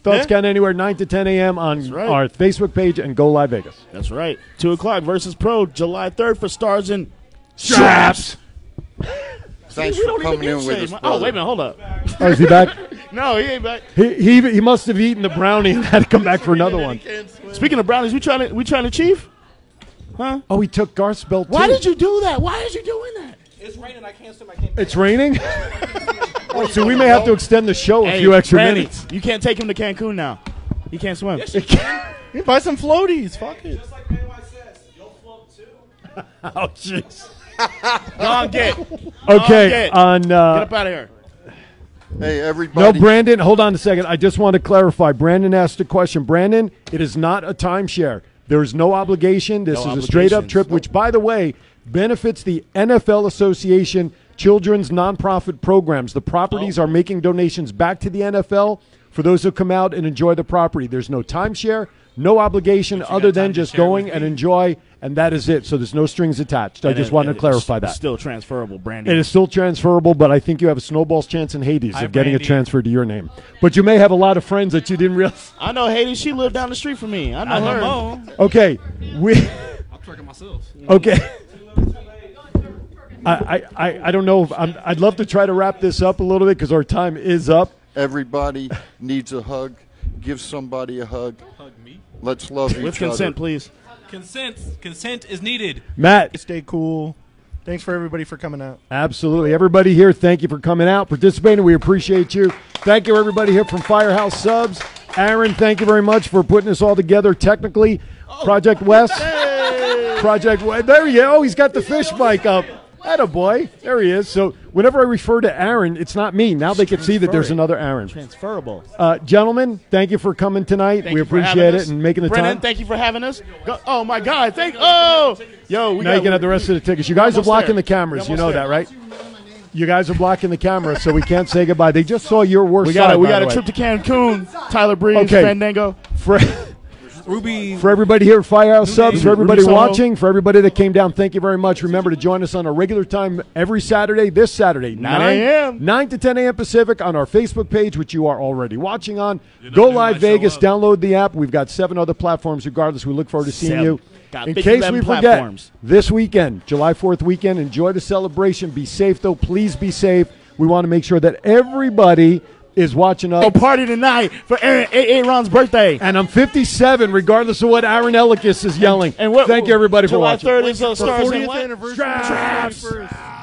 C: Thoughts
D: Yeah?
C: count anywhere nine to ten a.m. on
D: right.
C: our Facebook page and go live Vegas.
D: That's right. 2 o'clock Versus Pro, July 3rd for Stars and
C: Straps.
E: Thanks
D: We
E: for
D: don't even
E: coming
D: get
E: in with
D: shade,
E: us.
D: man. Oh,
E: brother.
D: wait a minute, hold up.
C: Oh, is he
D: [LAUGHS]
C: back?
D: No, he ain't back.
C: He, he he must have eaten the brownie and had to come back for another
D: [LAUGHS]
C: one.
D: Speaking of brownies, we trying to we trying to chief? Huh?
C: Oh, he took Garth's belt.
D: Why
C: too.
D: did you do that? Why is you doing that?
Q: It's raining. I can't swim. I can't.
C: It's
D: [LAUGHS]
C: raining. oh, so we may have to extend the show a few extra
D: Brandon,
C: minutes.
D: [LAUGHS] You can't take him to Cancun now. He can't swim.
F: You buy some floaties. Fuck it.
C: Oh jeez.
D: Go get.
C: Okay, on, uh,
D: get up out of here.
E: Hey, everybody.
C: No, Brandon, hold on a second. I just want to clarify. Brandon asked a question. Brandon, it is not a timeshare. There is no obligation. This
E: No
C: is a straight up
E: obligations.
C: trip, which, by the way, benefits the NFL Association children's nonprofit programs. The
D: Oh.
C: properties are making donations back to the NFL for those who come out and enjoy the property. There's no timeshare, no obligation other than just going and enjoy, and that is it. So there's no strings attached. I
D: And
C: just
D: it-
C: wanted to
D: it's
C: clarify that.
D: Still transferable, Brandon.
C: It is still transferable, but I think you have a snowball's chance in Hades
D: Hi,
C: of getting
D: Brandy.
C: a transfer to your name. But you may have a lot of friends that you didn't realize. [LAUGHS]
D: I know Haiti. She lived down the street from me. I know her.
C: Okay, we.
Q: I'll twerk it myself.
C: Okay. I, I, I- I don't know. If I'm, I'd love to try to wrap this up a little bit because our time is up.
E: Everybody needs a hug. Give somebody a hug. Hug me. Let's love each other.
D: With consent,
E: please.
P: Consent. Consent is needed.
C: Matt.
F: Stay cool. Thanks for everybody for coming out.
C: Absolutely. Everybody here, thank you for coming out, participating. We appreciate you. Thank you, everybody here from Firehouse Subs. Aaron, thank you very much for putting this all together technically. Project West. Project West. There you go. He's got the fish mic up. Atta boy. There he is. So whenever I refer to Aaron, it's not me. Now they can see that there's another Aaron.
D: Transferable.
C: Uh, gentlemen, thank you for coming tonight.
D: Thank
C: we
D: you for having
C: appreciate it
D: us.
C: and making the
D: Brennan,
C: time.
D: thank you for having us. Go- oh my God! Thank. Oh, yo, we
C: now
D: got.
C: you can have the rest of the tickets. You guys are
D: almost
C: blocking the
D: there.
C: cameras.
D: We're
C: You know
D: almost
C: that, right? You guys are blocking the camera, so we can't say goodbye. They just saw your worst
D: we got.
C: side,
D: A, we
C: by
D: got
C: the
D: a
C: way.
D: trip to Cancun. Tyler Breeze,
C: Okay.
D: Fandango.
C: For, [LAUGHS]
Q: Ruby.
C: For everybody here at Firehouse Subs, for everybody
D: Ruby Soho.
C: watching, for everybody that came down, thank you very much. Remember to join us on a regular time every Saturday, this Saturday,
D: 9 a.m.
C: 9 to 10 a.m. Pacific on our Facebook page, which you are already watching on. Go Live Vegas, download the app. We've got seven other platforms. Regardless, we look forward to seeing
D: Seven.
C: you.
D: Got
C: In
D: big
C: case
D: eleven
C: we forget,
D: platforms.
C: this weekend, July 4th weekend, enjoy the celebration. Be safe, though. Please be safe. We want to make sure that everybody is watching us.
D: A party tonight for Aaron A. Ron's birthday.
C: And I'm 57, regardless of what Aaron Elikis is yelling.
D: And what?
C: Thank you, everybody, for
D: July
C: watching.
D: third is uh, stars and what?
F: anniversary.
C: Straps.
F: Straps.